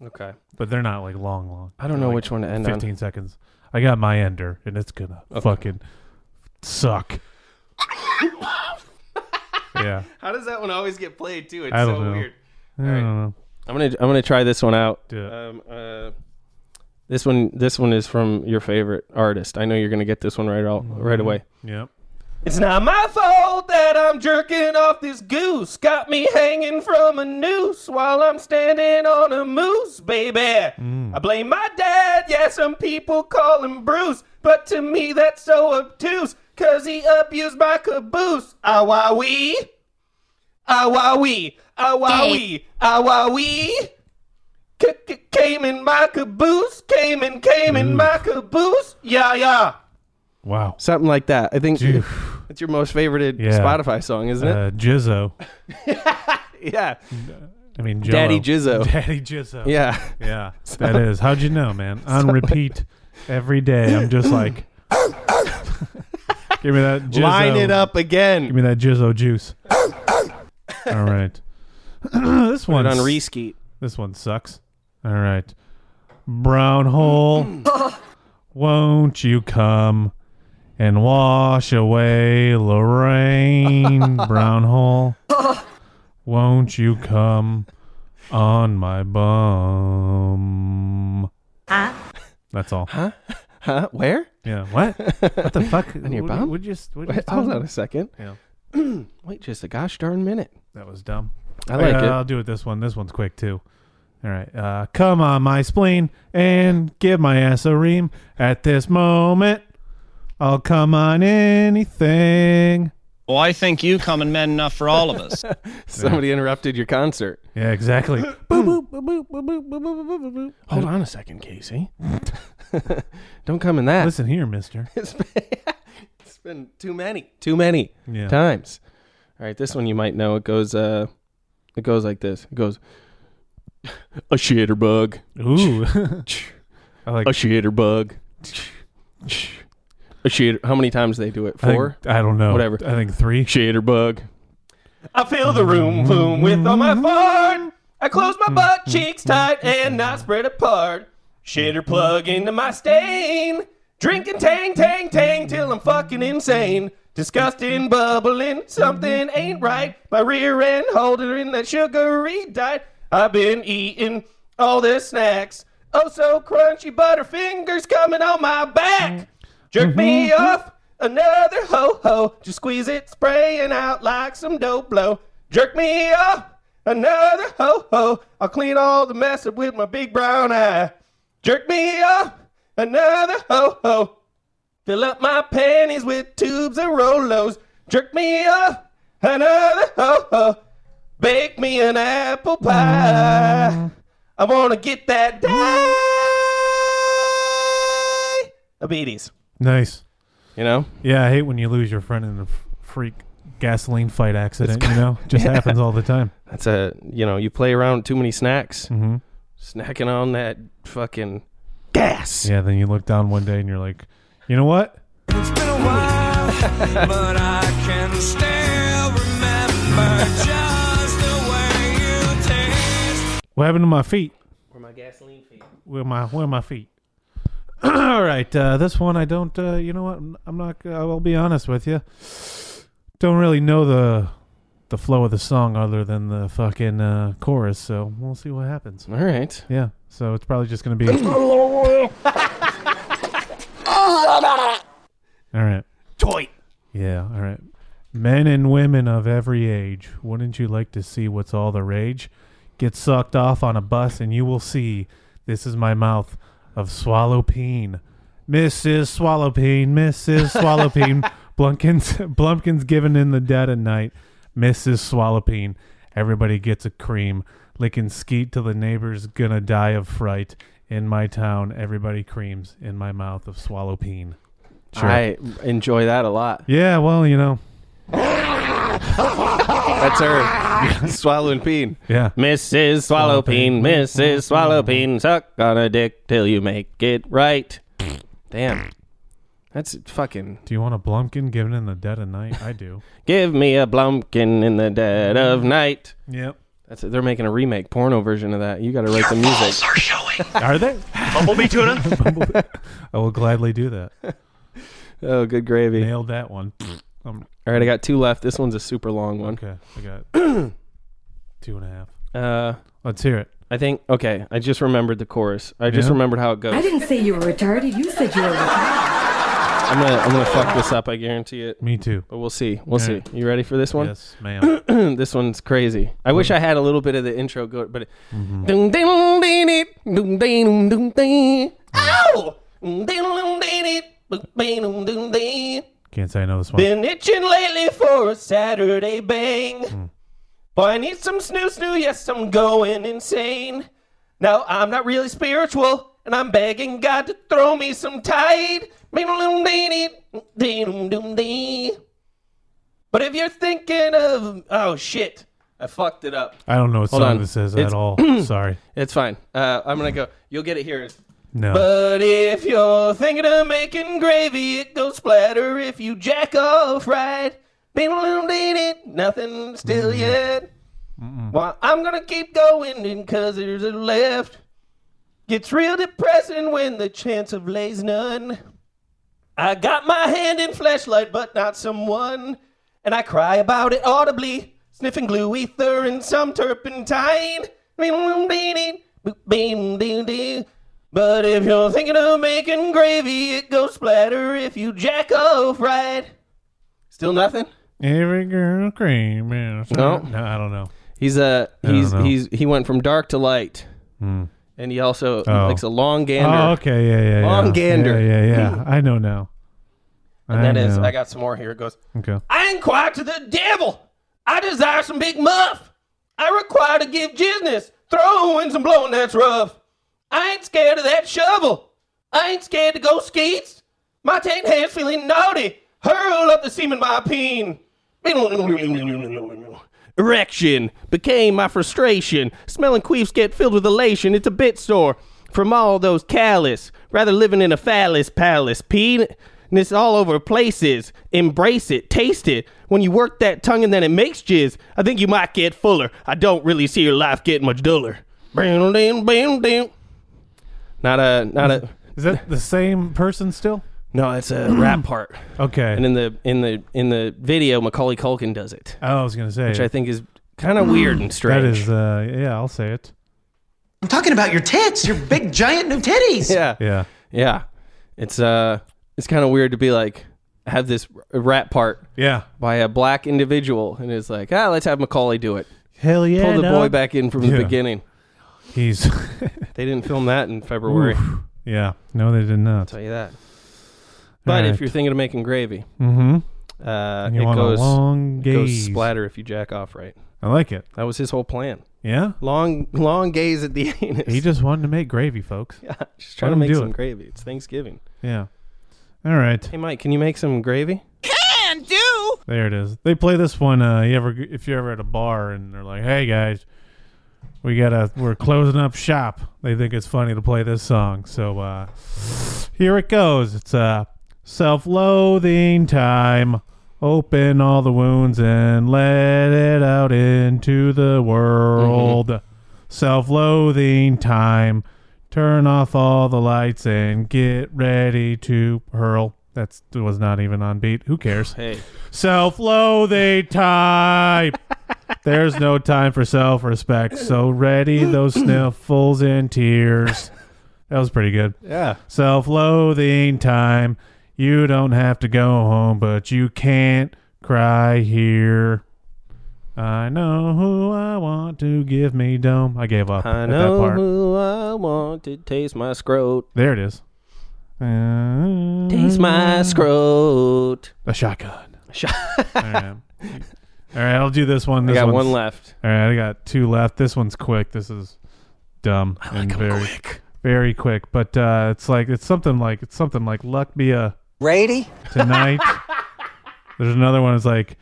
S25: Okay.
S4: But they're not like long long.
S25: I don't know which one to end on.
S4: 15 seconds. I got my ender and it's gonna
S25: Okay.
S4: fucking suck. yeah.
S25: How does that one always get played too? It's
S4: I don't
S25: so
S4: know.
S25: weird.
S4: I don't know.
S25: I'm gonna I'm gonna try this one out.
S4: Do it.
S25: Um, uh, this one this one is from your favorite artist. I know you're gonna get this one right all,
S4: Mm-hmm.
S25: right away.
S4: Yep.
S2: It's not my fault that I'm jerking off this goose. Got me hanging from a noose while I'm standing on a moose, baby.
S25: Mm.
S2: I blame my dad. Yeah, some people call him Bruce. But to me, that's so obtuse. Cause he abused my caboose. Ah, wah, wee. Ah, wah, wee. Ah, wah, wee. Ah, wah, wee. C- c- Came in my caboose. Came in, came
S25: Mm.
S2: in my caboose. Yeah, yeah.
S4: Wow.
S25: Something like that. I think it's your most favorited
S4: Yeah.
S25: Spotify song, isn't it?
S4: Uh, Jizzo.
S25: yeah.
S4: I mean, Jell-O.
S25: Daddy Jizzo.
S4: Daddy Jizzo.
S25: Yeah.
S4: Yeah.
S25: So-
S4: That is. How'd you know, man? On repeat every day. I'm just like, give me that Jizzo.
S25: Line it up again.
S4: Give me that Jizzo juice. All right.
S25: Put
S4: this
S25: it
S4: one
S25: on reskeet.
S4: This one sucks. All right. Brown hole. Won't you come and wash away Lorraine Brown hole? Won't you come on my bum? Huh? That's all.
S25: Huh? Huh? Uh, Where?
S4: Yeah. What? What the fuck?
S25: On your
S4: What-
S25: bum?
S4: what just- what
S25: Wait,
S4: just
S25: hold
S4: talking
S25: on a
S4: about?
S25: second.
S4: Yeah.
S25: Wait just a gosh darn minute.
S4: That was dumb.
S25: I like it.
S4: Uh, I'll do it this one. This one's quick too. All right. Uh, come on, my spleen, and give my ass a ream at this moment. I'll come on anything.
S26: Well, I think you coming men enough for all of us.
S25: Somebody interrupted your concert.
S4: Yeah, exactly.
S25: Hold on a second, Casey. Don't come in that.
S4: Listen here, mister.
S25: It's been too many. Too many
S4: Yeah.
S25: times. All right, this one you might know. It goes uh it goes like this. It goes a shitter bug.
S4: Ooh. I like
S25: a shitter bug. A shitter. How many times they do it?
S4: I think-
S25: Four?
S4: I don't know.
S25: Whatever.
S4: I think three.
S25: Shitter bug.
S2: I fill the room boom with all
S4: Mm-hmm.
S2: my fart. I close my butt cheeks tight and not spread apart. Shitter plug into my stain. Drinking tang, tang, tang till I'm fucking insane. Disgusting, bubbling, something ain't right. My rear end holding in that sugary diet. I've been eating all the snacks. Oh, so crunchy butterfingers coming on my back. Jerk me off another ho ho. Just squeeze it, spraying out like some dope blow. Jerk me off another ho ho. I'll clean all the mess up with my big brown eye. Jerk me off another ho ho. Fill up my panties with tubes of Rolos. Jerk me off another ho ho. Bake me an apple pie. I wanna get that diabetes.
S4: Nice.
S25: You know?
S4: Yeah, I hate when you lose your friend in a f- freak gasoline fight accident. You know, just
S25: Yeah.
S4: happens all the time.
S25: That's a you know you play around with too many snacks,
S4: Mhm.
S25: snacking on that fucking gas.
S4: Yeah. Then you look down one day and you're like, you know what?
S18: but I can still remember just the way you taste.
S4: What happened to my feet?
S25: Where my gasoline feet?
S4: Where my where my feet? All right, uh, this one I don't. Uh, you know what? I'm- I'm not. I will be honest with you. Don't really know the the flow of the song other than the fucking uh, chorus. So we'll see what happens.
S25: All right.
S4: Yeah. So it's probably just gonna be. All right.
S2: Toy.
S4: Yeah. All right. Men and women of every age, wouldn't you like to see what's all the rage? Get sucked off on a bus and you will see. This is my mouth of swallowpeen. Mrs. Swallowpeen, Mrs. Swallowpeen. Blumpkins, Blumpkins given in the dead at night. Mrs. Swallowpeen. Everybody gets a cream. Licking skeet till the neighbor's gonna die of fright. In my town, everybody creams in my mouth of swallowpeen.
S25: I enjoy that a lot.
S4: Yeah, well, you know.
S2: That's her. Swallowing peen.
S4: Yeah.
S2: Mrs. Swallowpeen, Mrs. Swallowpeen, suck on a dick till you make it right. Damn. That's fucking.
S4: Do you want a Blumpkin given in the dead of night? I do.
S2: Give me a blumpkin in the dead of night.
S4: Yep.
S2: That's it. They're making a remake porno version of that. You got to write the music.
S4: are showing. Are they?
S2: Bumblebee tuna?
S4: Bumblebee. I will gladly do that.
S2: Oh, good gravy.
S4: Nailed that one. Um,
S2: All right, I got two left. This one's a super long one.
S4: Okay, I got two and a half.
S2: Uh,
S4: Let's hear it.
S2: I think. Okay, I just remembered the chorus. I just
S4: Yeah?
S2: remembered how it goes.
S27: I didn't say you were retarded. You said you were retarded.
S2: I'm gonna I'm gonna fuck this up. I guarantee it.
S4: Me too.
S2: But we'll see. We'll
S4: All
S2: see.
S4: right.
S2: You ready for this Oh, one?
S4: Yes, ma'am.
S2: this one's crazy. I wish I had a little bit of the intro go, but. It, Doom, doom, ding, it. Doom, ding, doom, doom, ding. Ow! Doom, doom, ding, it. Boop, bing, doom, doom, ding.
S4: Can't say I know this one.
S3: Been itching lately for a Saturday bang.
S2: Hmm.
S3: Boy, I need some snoo snoo. Yes, I'm going insane. Now, I'm not really spiritual, and I'm begging God to throw me some tide. But if you're thinking of. Oh, shit. I fucked it up.
S4: I don't know what
S2: Hold
S4: song
S2: on.
S4: this is
S2: It's-
S4: at all. Sorry.
S2: It's fine. Uh, I'm gonna go. You'll get it here.
S4: No.
S3: But if you're thinking of making gravy, it goes splatter if you jack off right. Been a little did it, nothing still yet. Well, I'm gonna keep going and cause there's a left. Gets real depressing when the chance of lays none. I got my hand in flashlight, but not someone. And I cry about it audibly, sniffing glue ether and some turpentine. But if you're thinking of making gravy, it goes splatter if you jack off right. Still nothing?
S4: Every girl cream. is-
S2: No.
S4: no, I don't know.
S2: He's a
S4: I don't
S2: he's
S4: know.
S2: he's he went from dark to light,
S4: Hmm.
S2: and he also
S4: Oh.
S2: likes a long gander.
S4: Oh, okay, yeah, yeah, yeah.
S2: long gander.
S4: Yeah, yeah, yeah. I know now.
S3: And
S4: I
S3: that is,
S4: know.
S3: I got some more here. It goes,
S4: Okay.
S3: I inquire to the devil. I desire some big muff. I require to give business. Throw in some blowing that's rough. I ain't scared of that shovel. I ain't scared to go skeets. My tan hands feeling naughty. Hurl up the semen my peen.
S2: Erection became my frustration. Smelling queefs get filled with elation. It's a bit sore from all those callous. Rather living in a phallus palace. Penis all over places. Embrace it, taste it. When you work that tongue and then it makes jizz, I think you might get fuller. I don't really see your life getting much duller. Bam, bam, bam, bam. Not a, not a.
S4: Is that the same person still?
S2: No, it's a rap part.
S4: Okay.
S2: And in the in the in the video, Macaulay Culkin does it.
S4: Oh, I was gonna say,
S2: which I think is kind of weird and strange.
S4: That is, uh, yeah, I'll say it.
S18: I'm talking about your tits, your big giant new titties.
S2: Yeah.
S4: Yeah.
S2: Yeah. It's uh it's kind of weird to be like have this r- rap part
S4: yeah
S2: by a black individual and it's like, "Ah, let's have Macaulay do it."
S4: Hell yeah,
S2: Pull the boy
S4: dog.
S2: back in from
S4: Yeah.
S2: the beginning.
S4: He's
S2: They didn't film that in February.
S4: Oof. Yeah. No, they did not.
S2: tell you that. But
S4: All
S2: if you're thinking of making gravy,
S4: Mhm.
S2: uh,
S4: And you
S2: it
S4: want a
S2: goes
S4: long
S2: it goes
S4: gaze.
S2: splatter if you jack off right.
S4: I like it.
S2: That was his whole plan.
S4: Yeah.
S2: Long, long gaze at the anus.
S4: He just wanted to make gravy, folks.
S2: Yeah, just trying to
S4: Let him
S2: make
S4: do
S2: some
S4: it.
S2: gravy. It's Thanksgiving.
S4: Yeah. All right.
S2: Hey, Mike, can you make some gravy?
S4: There it is. They play this one. Uh, you ever if you're ever at a bar and they're like, "Hey guys, we gotta we're closing up shop." They think it's funny to play this song, so uh, here it goes. It's uh, self-loathing time. Open all the wounds and let it out into the world. Self-loathing time. Turn off all the lights and get ready to hurl. That's that was not even on beat. Who cares?
S2: Hey.
S4: Self-loathing time. There's no time for self-respect. So ready those sniffles and tears. That was pretty good.
S2: Yeah.
S4: Self-loathing time. You don't have to go home, but you can't cry here. I know who I want to give me dome. I gave up
S2: I
S4: at that
S2: know
S4: part.
S2: who I want to taste my scrot.
S4: There it is. Mm.
S2: Taste my scrot.
S4: A shotgun.
S2: Shot.
S4: All right. All right, I'll do this one.
S2: I
S4: This
S2: got
S4: one's-
S2: one left.
S4: All right, I got two left. This one's quick. This is dumb and very quick. very quick. But uh, it's like it's something like it's something like luck be a
S18: Brady
S4: tonight. There's another one. It's like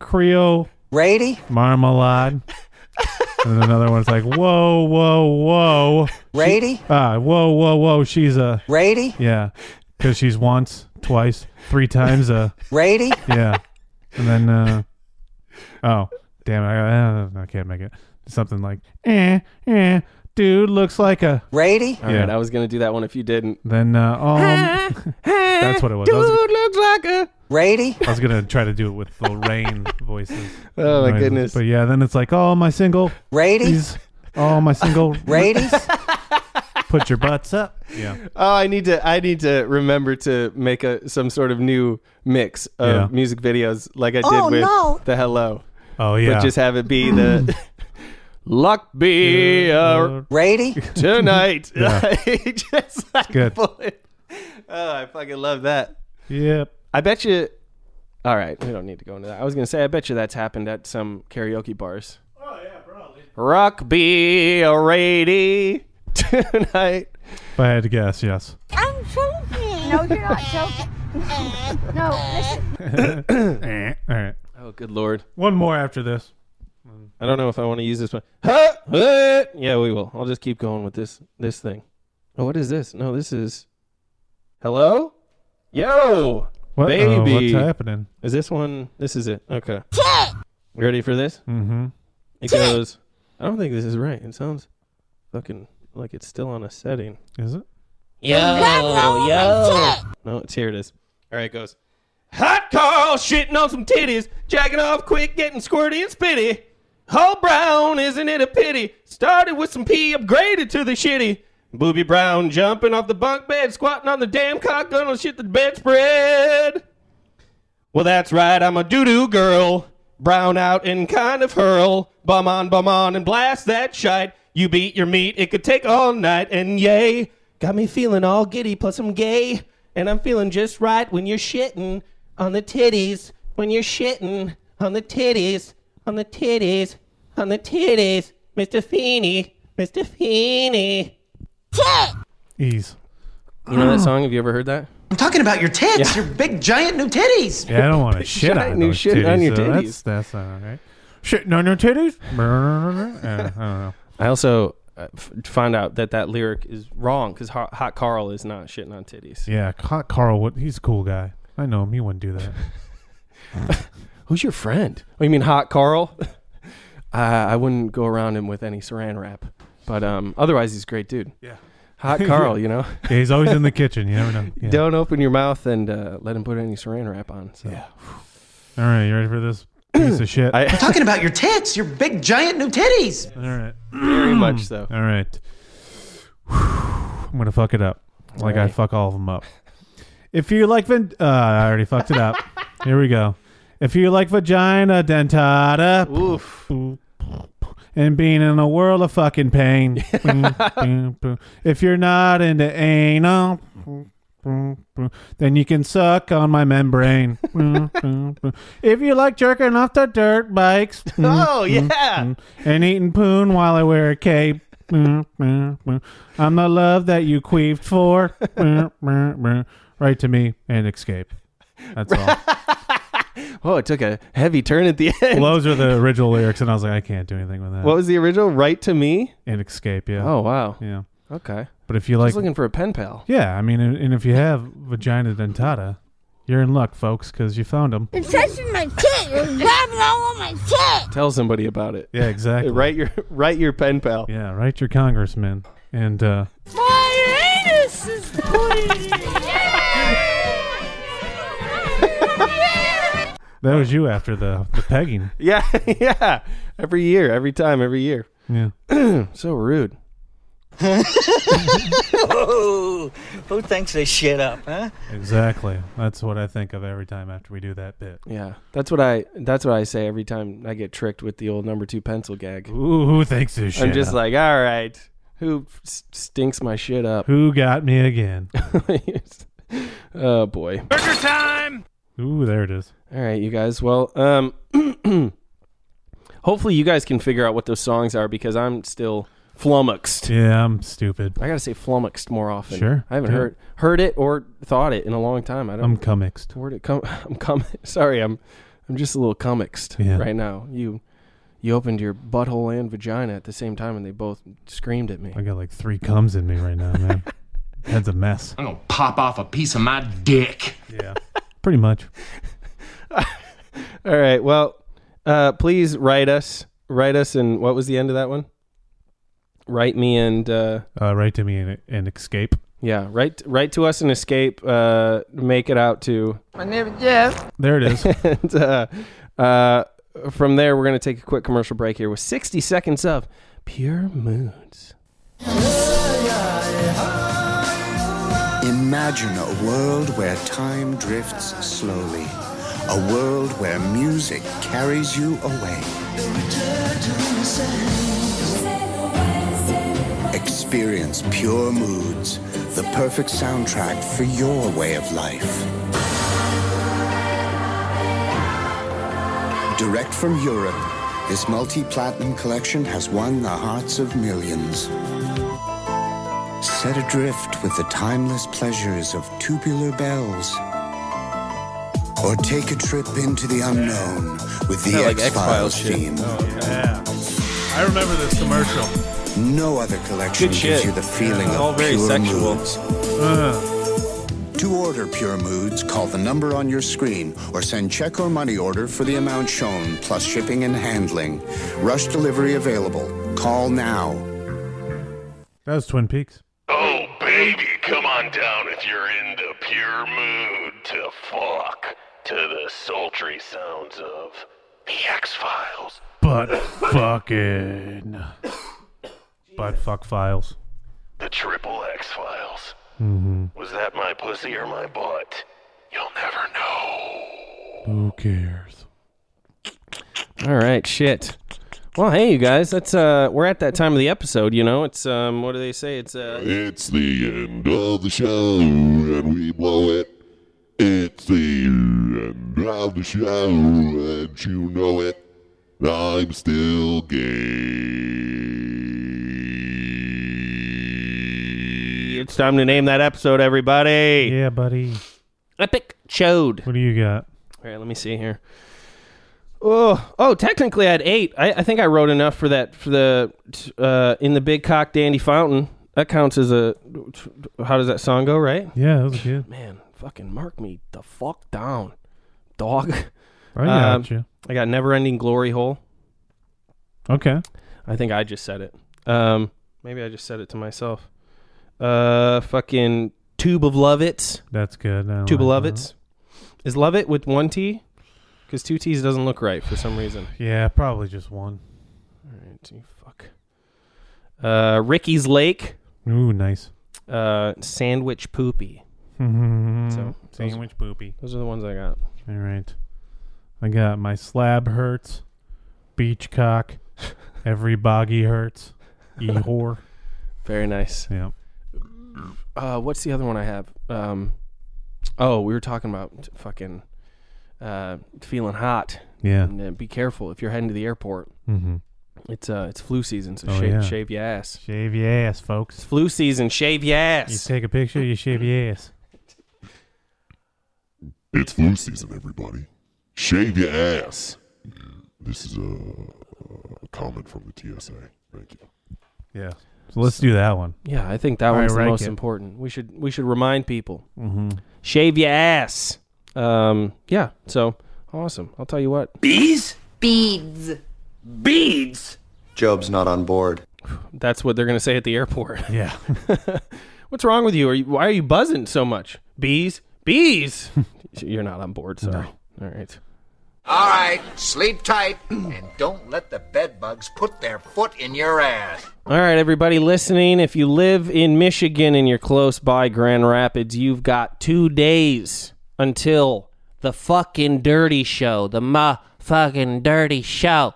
S4: Creole,
S18: Brady,
S4: Marmalade, and another one's like, whoa, whoa, whoa,
S18: Brady?
S4: Ah, whoa, whoa, whoa. She's a
S18: Brady?
S4: Yeah, because she's once, twice, three times a
S18: Brady?
S4: Yeah, and then uh, oh, damn it, I, uh, I can't make it. Something like eh, eh, dude looks like a
S18: Brady.
S2: All right, I was gonna do that one if you didn't.
S4: Then uh, um, that's what it was. I was
S2: looks like a
S18: Brady.
S4: I was gonna try to do it with the rain voices.
S2: Oh, my
S4: noises.
S2: goodness.
S4: But yeah, then it's like, oh my single
S18: Ratings?
S4: oh my single
S18: Ratings?
S4: Put your butts up. Yeah.
S2: Oh, I need to. I need to remember to make a some sort of new mix of
S4: Yeah.
S2: music videos, like I did
S4: Oh,
S2: with
S4: no.
S2: the Hello.
S4: Oh yeah.
S2: But just have it be the luck be a
S18: Brady
S2: tonight.
S4: Yeah.
S2: just like
S4: good.
S2: bullet. Oh, I fucking love that.
S4: Yep.
S2: I bet you. All right, we don't need to go into that. I was gonna say, I bet you that's happened at some karaoke bars. Oh yeah, probably. Rock be a rady tonight.
S4: If I had to guess, yes.
S28: I'm joking. No, you're not joking. no, listen.
S4: Eh, All right.
S2: Oh, good lord.
S4: One more after this.
S2: I don't know if I want to use this one. Huh? Huh? Yeah, we will. I'll just keep going with this this thing. Oh, what is this? No, this is. Hello. Yo,
S4: What? Oh,
S2: baby.
S4: what's happening?
S2: Is this one? This is it. Okay. You ready for this?
S4: Mm-hmm.
S2: It goes. I don't think this is right. It sounds fucking like it's still on a setting.
S4: Is it?
S2: Yo, yo. No, it's here. It is. All right, it goes. Hot call, shitting on some titties, jacking off quick, getting squirty and spitty. Whole brown, isn't it a pity? Started with some pee, upgraded to the shitty. Booby Brown jumping off the bunk bed, squatting on the damn cock, gonna shit the bedspread. Well, that's right, I'm a doo doo girl. Brown out and kind of hurl. Bum on, bum on, and blast that shite. You beat your meat, it could take all night, and yay. Got me feeling all giddy, plus I'm gay. And I'm feeling just right when you're shitting on the titties. When you're shitting on the titties, on the titties, on the titties. Mr. Feeney, Mr. Feeney.
S4: Ease.
S2: You know that song? Have you ever heard that?
S22: I'm talking about your tits, your big giant new titties.
S4: Yeah, I don't want to shit
S2: Giant
S4: on
S2: new
S4: those
S2: shit
S4: titties.
S2: on your
S4: so
S2: titties.
S4: That's, that's not all right. Shitting on your titties? Yeah, I don't know.
S2: I also uh, f- found out that that lyric is wrong because Hot, Hot Carl is not shitting on titties.
S4: Yeah, Ca- Carl. What? He's a cool guy. I know him. He wouldn't do that.
S2: Who's your friend? Oh, you mean Hot Carl? uh, I wouldn't go around him with any saran wrap, but um, otherwise he's a great dude.
S4: Yeah.
S2: Hot Carl, you know.
S4: Yeah, he's always in the kitchen. You never know. Yeah.
S2: Don't open your mouth and uh, let him put any saran wrap on. So. Yeah.
S4: All right, you ready for this piece of shit?
S2: I- I'm
S22: talking about your tits, your big giant new titties.
S4: All right.
S2: Very much so.
S4: All right. I'm gonna fuck it up, like I
S2: Alright.
S4: fuck all of them up. If you like, vin- uh, I already fucked it up. Here we go. If you like vagina dentata, and being in a world of fucking pain, if you're not into anal, then you can suck on my membrane. if you like jerking off the dirt bikes,
S2: Oh, yeah.
S4: Mm. and eating poon while I wear a cape. I'm the love that you queefed for. Write to me and escape. That's all. Mm-hmm.
S2: Oh, it took a heavy turn at the end.
S4: Well, those are the original lyrics, and I was like, I can't do anything with that.
S2: What was the original? Write to me.
S4: and escape, yeah.
S2: Oh wow.
S4: Yeah.
S2: Okay.
S4: But if you
S2: I
S4: like,
S2: was looking for a pen pal.
S4: yeah, I mean, and and if you have vagina dentata, you're in luck, folks, because you found them.
S28: It's touching my tit. You're grabbing all on my tit.
S2: Tell somebody about it.
S4: Yeah, exactly.
S2: write your write your pen pal.
S4: Yeah, write your congressman, and uh,
S28: My anus is bleeding.
S4: that was you after the the pegging.
S2: Yeah, yeah. Every year, every time, every year.
S4: Yeah.
S2: so rude.
S29: Whoa, who thinks this shit up, huh?
S4: Exactly. That's what I think of every time after we do that bit.
S2: Yeah, that's what I that's what I say every time I get tricked with the old number two pencil gag.
S4: Ooh, who thinks this
S2: I'm
S4: shit
S2: just
S4: up?
S2: like, all right, who s- stinks my shit up?
S4: Who got me again?
S2: oh boy.
S29: Burger time.
S4: Ooh, there it is.
S2: All right, you guys. Well, um, hopefully you guys can figure out what those songs are because I'm still flummoxed.
S4: Yeah, I'm stupid.
S2: I gotta say flummoxed more often.
S4: Sure,
S2: I haven't
S4: do it.
S2: heard heard it or thought it in a long time. I don't.
S4: I'm commixed.
S2: Where'd it come? I'm coming. Sorry, I'm I'm just a little comicsed right now. You you opened your butthole and vagina at the same time, and they both screamed at me.
S4: I got like three comes in me right now, man. Head's a mess.
S30: I'm gonna pop off a piece of my dick.
S4: Yeah. Pretty much.
S2: All right. Well, uh, please write us. Write us, and what was the end of that one? Write me and uh,
S4: Uh, write to me and, and escape.
S2: yeah, write write to us and escape. Uh, make it out to
S31: My name is Jeff.
S4: There it is.
S2: and uh, uh, from there, we're going to take a quick commercial break here with 60 seconds of pure moods.
S10: Imagine a world where time drifts slowly, a world where music carries you away. Experience pure moods, the perfect soundtrack for your way of life. Direct from Europe, this multi platinum collection has won the hearts of millions. Set adrift with the timeless pleasures of tubular bells. Or take a trip into the unknown with the
S4: Kinda like
S10: X Files
S4: X-Files shit.
S10: theme.
S4: Yeah. I remember this commercial.
S10: No other collection
S4: Good
S10: gives
S4: shit.
S10: you the feeling
S4: All
S10: of
S4: very
S10: pure
S4: sexual.
S10: moods. To order Pure Moods, call the number on your screen or send check or money order for the amount shown plus shipping and handling. Rush delivery available. Call now.
S4: That was Twin Peaks.
S6: Oh, baby, come on down if you're in the pure mood to fuck to the sultry sounds of the X Files.
S4: But fucking. But fuck files.
S6: The triple X Files.
S4: Mm-hmm.
S6: Was that my pussy or my butt? You'll never know.
S4: Who cares?
S2: All right, shit. Well, hey, you guys. That's uh, we're at that time of the episode. You know, it's um, what do they say? It's uh,
S32: It's the end of the show, and we blow it. It's the end of the show, and you know it. I'm still gay.
S2: it's time to name that episode, everybody.
S4: Yeah, buddy.
S2: Epic chode.
S4: What do you got?
S2: All right, let me see here. Oh, oh! Technically, I had eight. I, I think I wrote enough for that for the uh, in the big cock dandy fountain. That counts as a. How does that song go? Right?
S4: Yeah, that was good.
S2: Man, fucking mark me the fuck down, dog.
S4: I got you.
S2: I got never ending glory hole.
S4: Okay.
S2: I think I just said it. Um, maybe I just said it to myself. Uh, fucking tube of love it's.
S4: That's good. I
S2: Tube of
S4: like
S2: love it's. Is love it with one T? Because two T's doesn't look right for some reason.
S4: Yeah, probably just one.
S2: All right, you fuck. Uh, Ricky's Lake.
S4: Ooh, nice.
S2: Uh, sandwich poopy.
S4: Mm-hmm.
S2: So those-
S4: Sandwich poopy.
S2: Those are the ones I got.
S4: All right. I got my slab hurts, beach cock, every boggy hurts, e whore.
S2: Very nice.
S4: Yeah.
S2: Uh, what's the other one I have? Um, oh, we were talking about t- fucking uh, feeling hot.
S4: Yeah.
S2: And, uh, be careful if you're heading to the airport.
S4: Mhm.
S2: It's uh, it's flu season, so
S4: Oh,
S2: shave,
S4: yeah.
S2: shave your ass.
S4: Shave your ass, folks. It's
S2: flu season. Shave your ass.
S4: You take a picture, you shave your ass.
S32: It's flu season, everybody. Shave your ass. This is a, a comment from the TSA. Thank you.
S4: Yeah. So let's do that one.
S2: Yeah, I think that
S4: All right,
S2: one's the
S4: rank
S2: most
S4: it.
S2: important. We should we should remind people.
S4: Mhm.
S2: Shave your ass. Um, yeah. So awesome. I'll tell you what. Bees.
S31: Beads. Beads.
S33: Job's not on board.
S2: That's what they're gonna say at the airport.
S4: Yeah.
S2: What's wrong with you? Are you? Why are you buzzing so much? Bees. Bees. You're not on board. Sorry. All right.
S34: All right, sleep tight and don't let the bed bugs put their foot in your ass.
S2: All right, everybody listening, if you live in Michigan and you're close by Grand Rapids, you've got two days until the fucking dirty show, the ma fucking dirty show.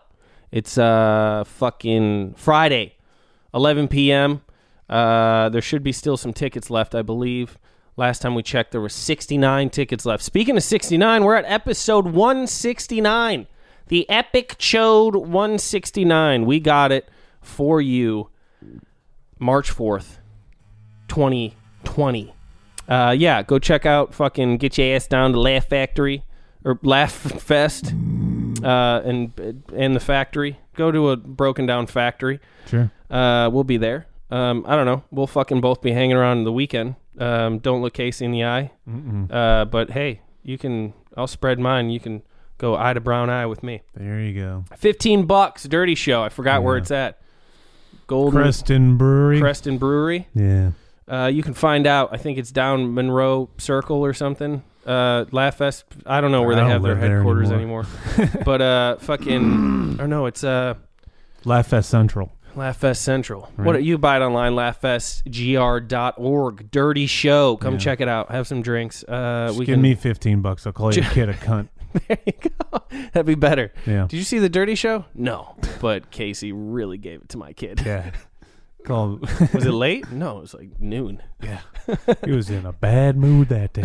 S2: It's uh fucking Friday, 11 p.m. Uh, there should be still some tickets left, I believe. Last time we checked, there were 69 tickets left. Speaking of 69, we're at episode 169. The Epic Chode 169. We got it for you March 4th, 2020. Uh, yeah, go check out fucking Get Your Ass Down to Laugh Factory. or Laugh Fest, uh, and and the factory. Go to a broken down factory.
S4: Sure.
S2: Uh, we'll be there. Um, I don't know. We'll fucking both be hanging around the weekend. Um, don't look Casey in the eye.
S4: Mm-mm.
S2: Uh, but hey, you can. I'll spread mine. You can go eye to brown eye with me.
S4: There you go.
S2: Fifteen bucks, dirty show. I forgot where it's at. Golden
S4: Creston Brewery.
S2: Creston Brewery.
S4: Yeah.
S2: Uh, you can find out. I think it's down Monroe Circle or something. Uh, Laugh Fest. I don't know where
S4: I
S2: they
S4: don't
S2: have their
S4: live there
S2: headquarters
S4: anymore.
S2: anymore. but uh, fucking. Or no, it's uh,
S4: Laugh Fest Central.
S2: Laugh Fest Central.
S4: Right.
S2: What you buy it online? LaughFestGR.org. Dirty show. Come
S4: Yeah.
S2: check it out. Have some drinks. Uh,
S4: Just
S2: we
S4: give
S2: can,
S4: me fifteen bucks. I'll call you kid a cunt.
S2: That'd be better.
S4: Yeah.
S2: Did you see the Dirty Show? No, but Casey really gave it to my kid.
S4: Yeah. Call.
S2: was it late? No, it was like noon.
S4: Yeah. he was in a bad mood that day.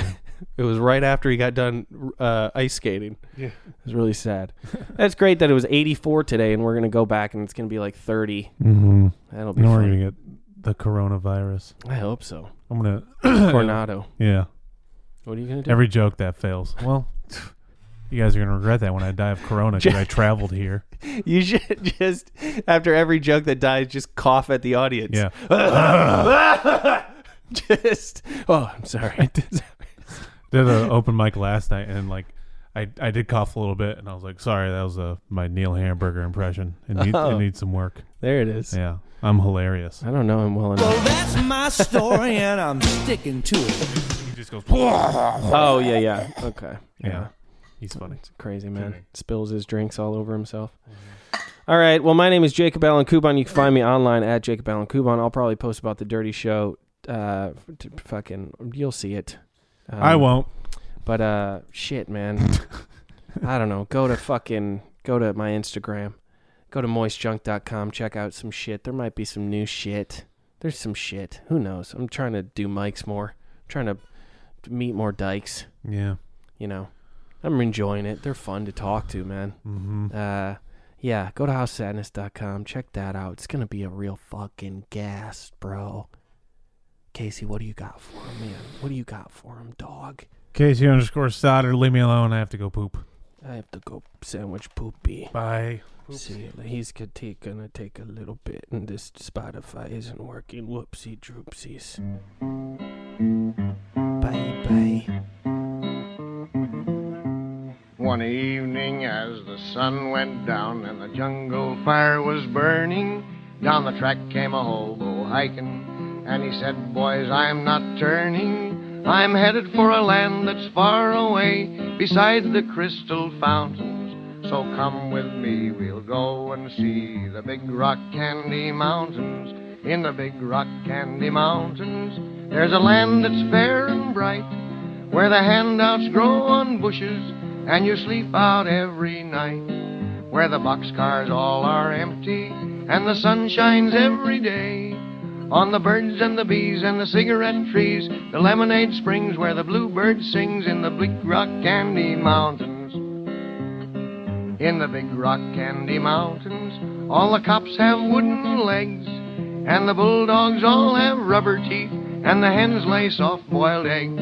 S2: It was right after he got done uh, ice skating.
S4: Yeah.
S2: It was really sad. That's great that it was 84 today, and we're going to go back and it's going to be like 30.
S4: Mm-hmm.
S2: That'll be
S4: Now we're
S2: fun.
S4: gonna get the coronavirus.
S2: I hope so.
S4: I'm gonna
S2: Coronado.
S4: Yeah.
S2: What are you going to do?
S4: Every joke that fails. Well, you guys are gonna regret that when I die of corona because I traveled here.
S2: You should just, after every joke that dies, just cough at the audience.
S4: Yeah.
S2: just, oh, I'm sorry.
S4: Did an open mic last night and like. I, I did cough a little bit and I was like, sorry, that was uh my Neil Hamburger impression. It, need,
S2: Oh.
S4: it needs some work.
S2: There it is.
S4: Yeah. I'm hilarious.
S2: I don't know him well enough.
S18: That's my story, and I'm sticking to it.
S4: He just goes.
S2: oh yeah, yeah. Okay.
S4: Yeah. He's funny.
S2: It's crazy man. Spills his drinks all over himself. All right. Well, my name is Jacob Allen Kuban. You can find me online at Jacob Allen Kuban. I'll probably post about the Dirty Show. Uh, t- fucking, you'll see it. Um,
S4: I won't.
S2: But uh, shit, man. I don't know. Go to fucking go to my Instagram. Go to moistjunk.com. Check out some shit. There might be some new shit. There's some shit. Who knows? I'm trying to do mics more. trying to meet more dykes.
S4: Yeah.
S2: You know, I'm enjoying it. They're fun to talk to, man.
S4: Mhm.
S2: Uh, yeah. Go to housesadness.com. Check that out. It's gonna be a real fucking gas, bro. Casey, what do you got for him, man? What do you got for him, dog?
S4: Casey underscore Stoddard, leave me alone. I have to go poop.
S2: I have to go sandwich poopy.
S4: Bye.
S2: See, he's gonna take, gonna take a little bit, and this Spotify isn't working. Whoopsie droopsies. Bye bye.
S1: One evening, as the sun went down and the jungle fire was burning, down the track came a hobo hiking, and he said, Boys, I'm not turning. I'm headed for a land that's far away beside the crystal fountains. So come with me, we'll go and see the big rock candy mountains. In the big rock candy mountains, there's a land that's fair and bright where the handouts grow on bushes and you sleep out every night, where the boxcars all are empty and the sun shines every day on the birds and the bees and the cigarette trees, the lemonade springs where the bluebird sings in the big rock candy mountains. In the big rock candy mountains, all the cops have wooden legs, and the bulldogs all have rubber teeth, and the hens lay soft boiled eggs.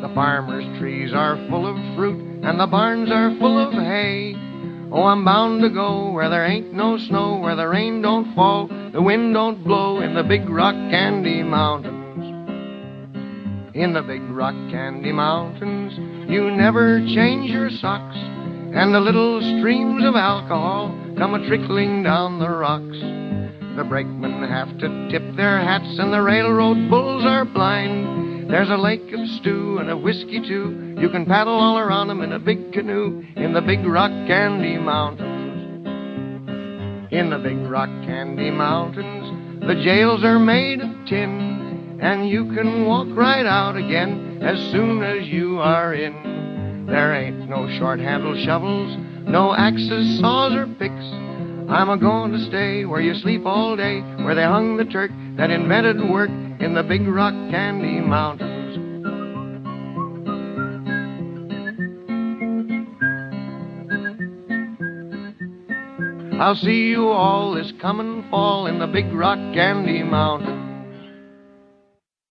S1: The farmer's trees are full of fruit, and the barns are full of hay. Oh, I'm bound to go where there ain't no snow, where the rain don't fall, the wind don't blow, in the big rock candy mountains. In the big rock candy mountains, you never change your socks, and the little streams of alcohol come a trickling down the rocks. The brakemen have to tip their hats, and the railroad bulls are blind. There's a lake of stew and a whiskey too. You can paddle all around 'em in a big canoe in the Big Rock Candy Mountains. In the Big Rock Candy Mountains, the jails are made of tin, and you can walk right out again as soon as you are in. There ain't no short handle shovels, no axes, saws, or picks. I'm a going to stay where you sleep all day, where they hung the Turk that invented work in the Big Rock Candy Mountains. I'll see you all this coming fall in the Big Rock Candy Mountains.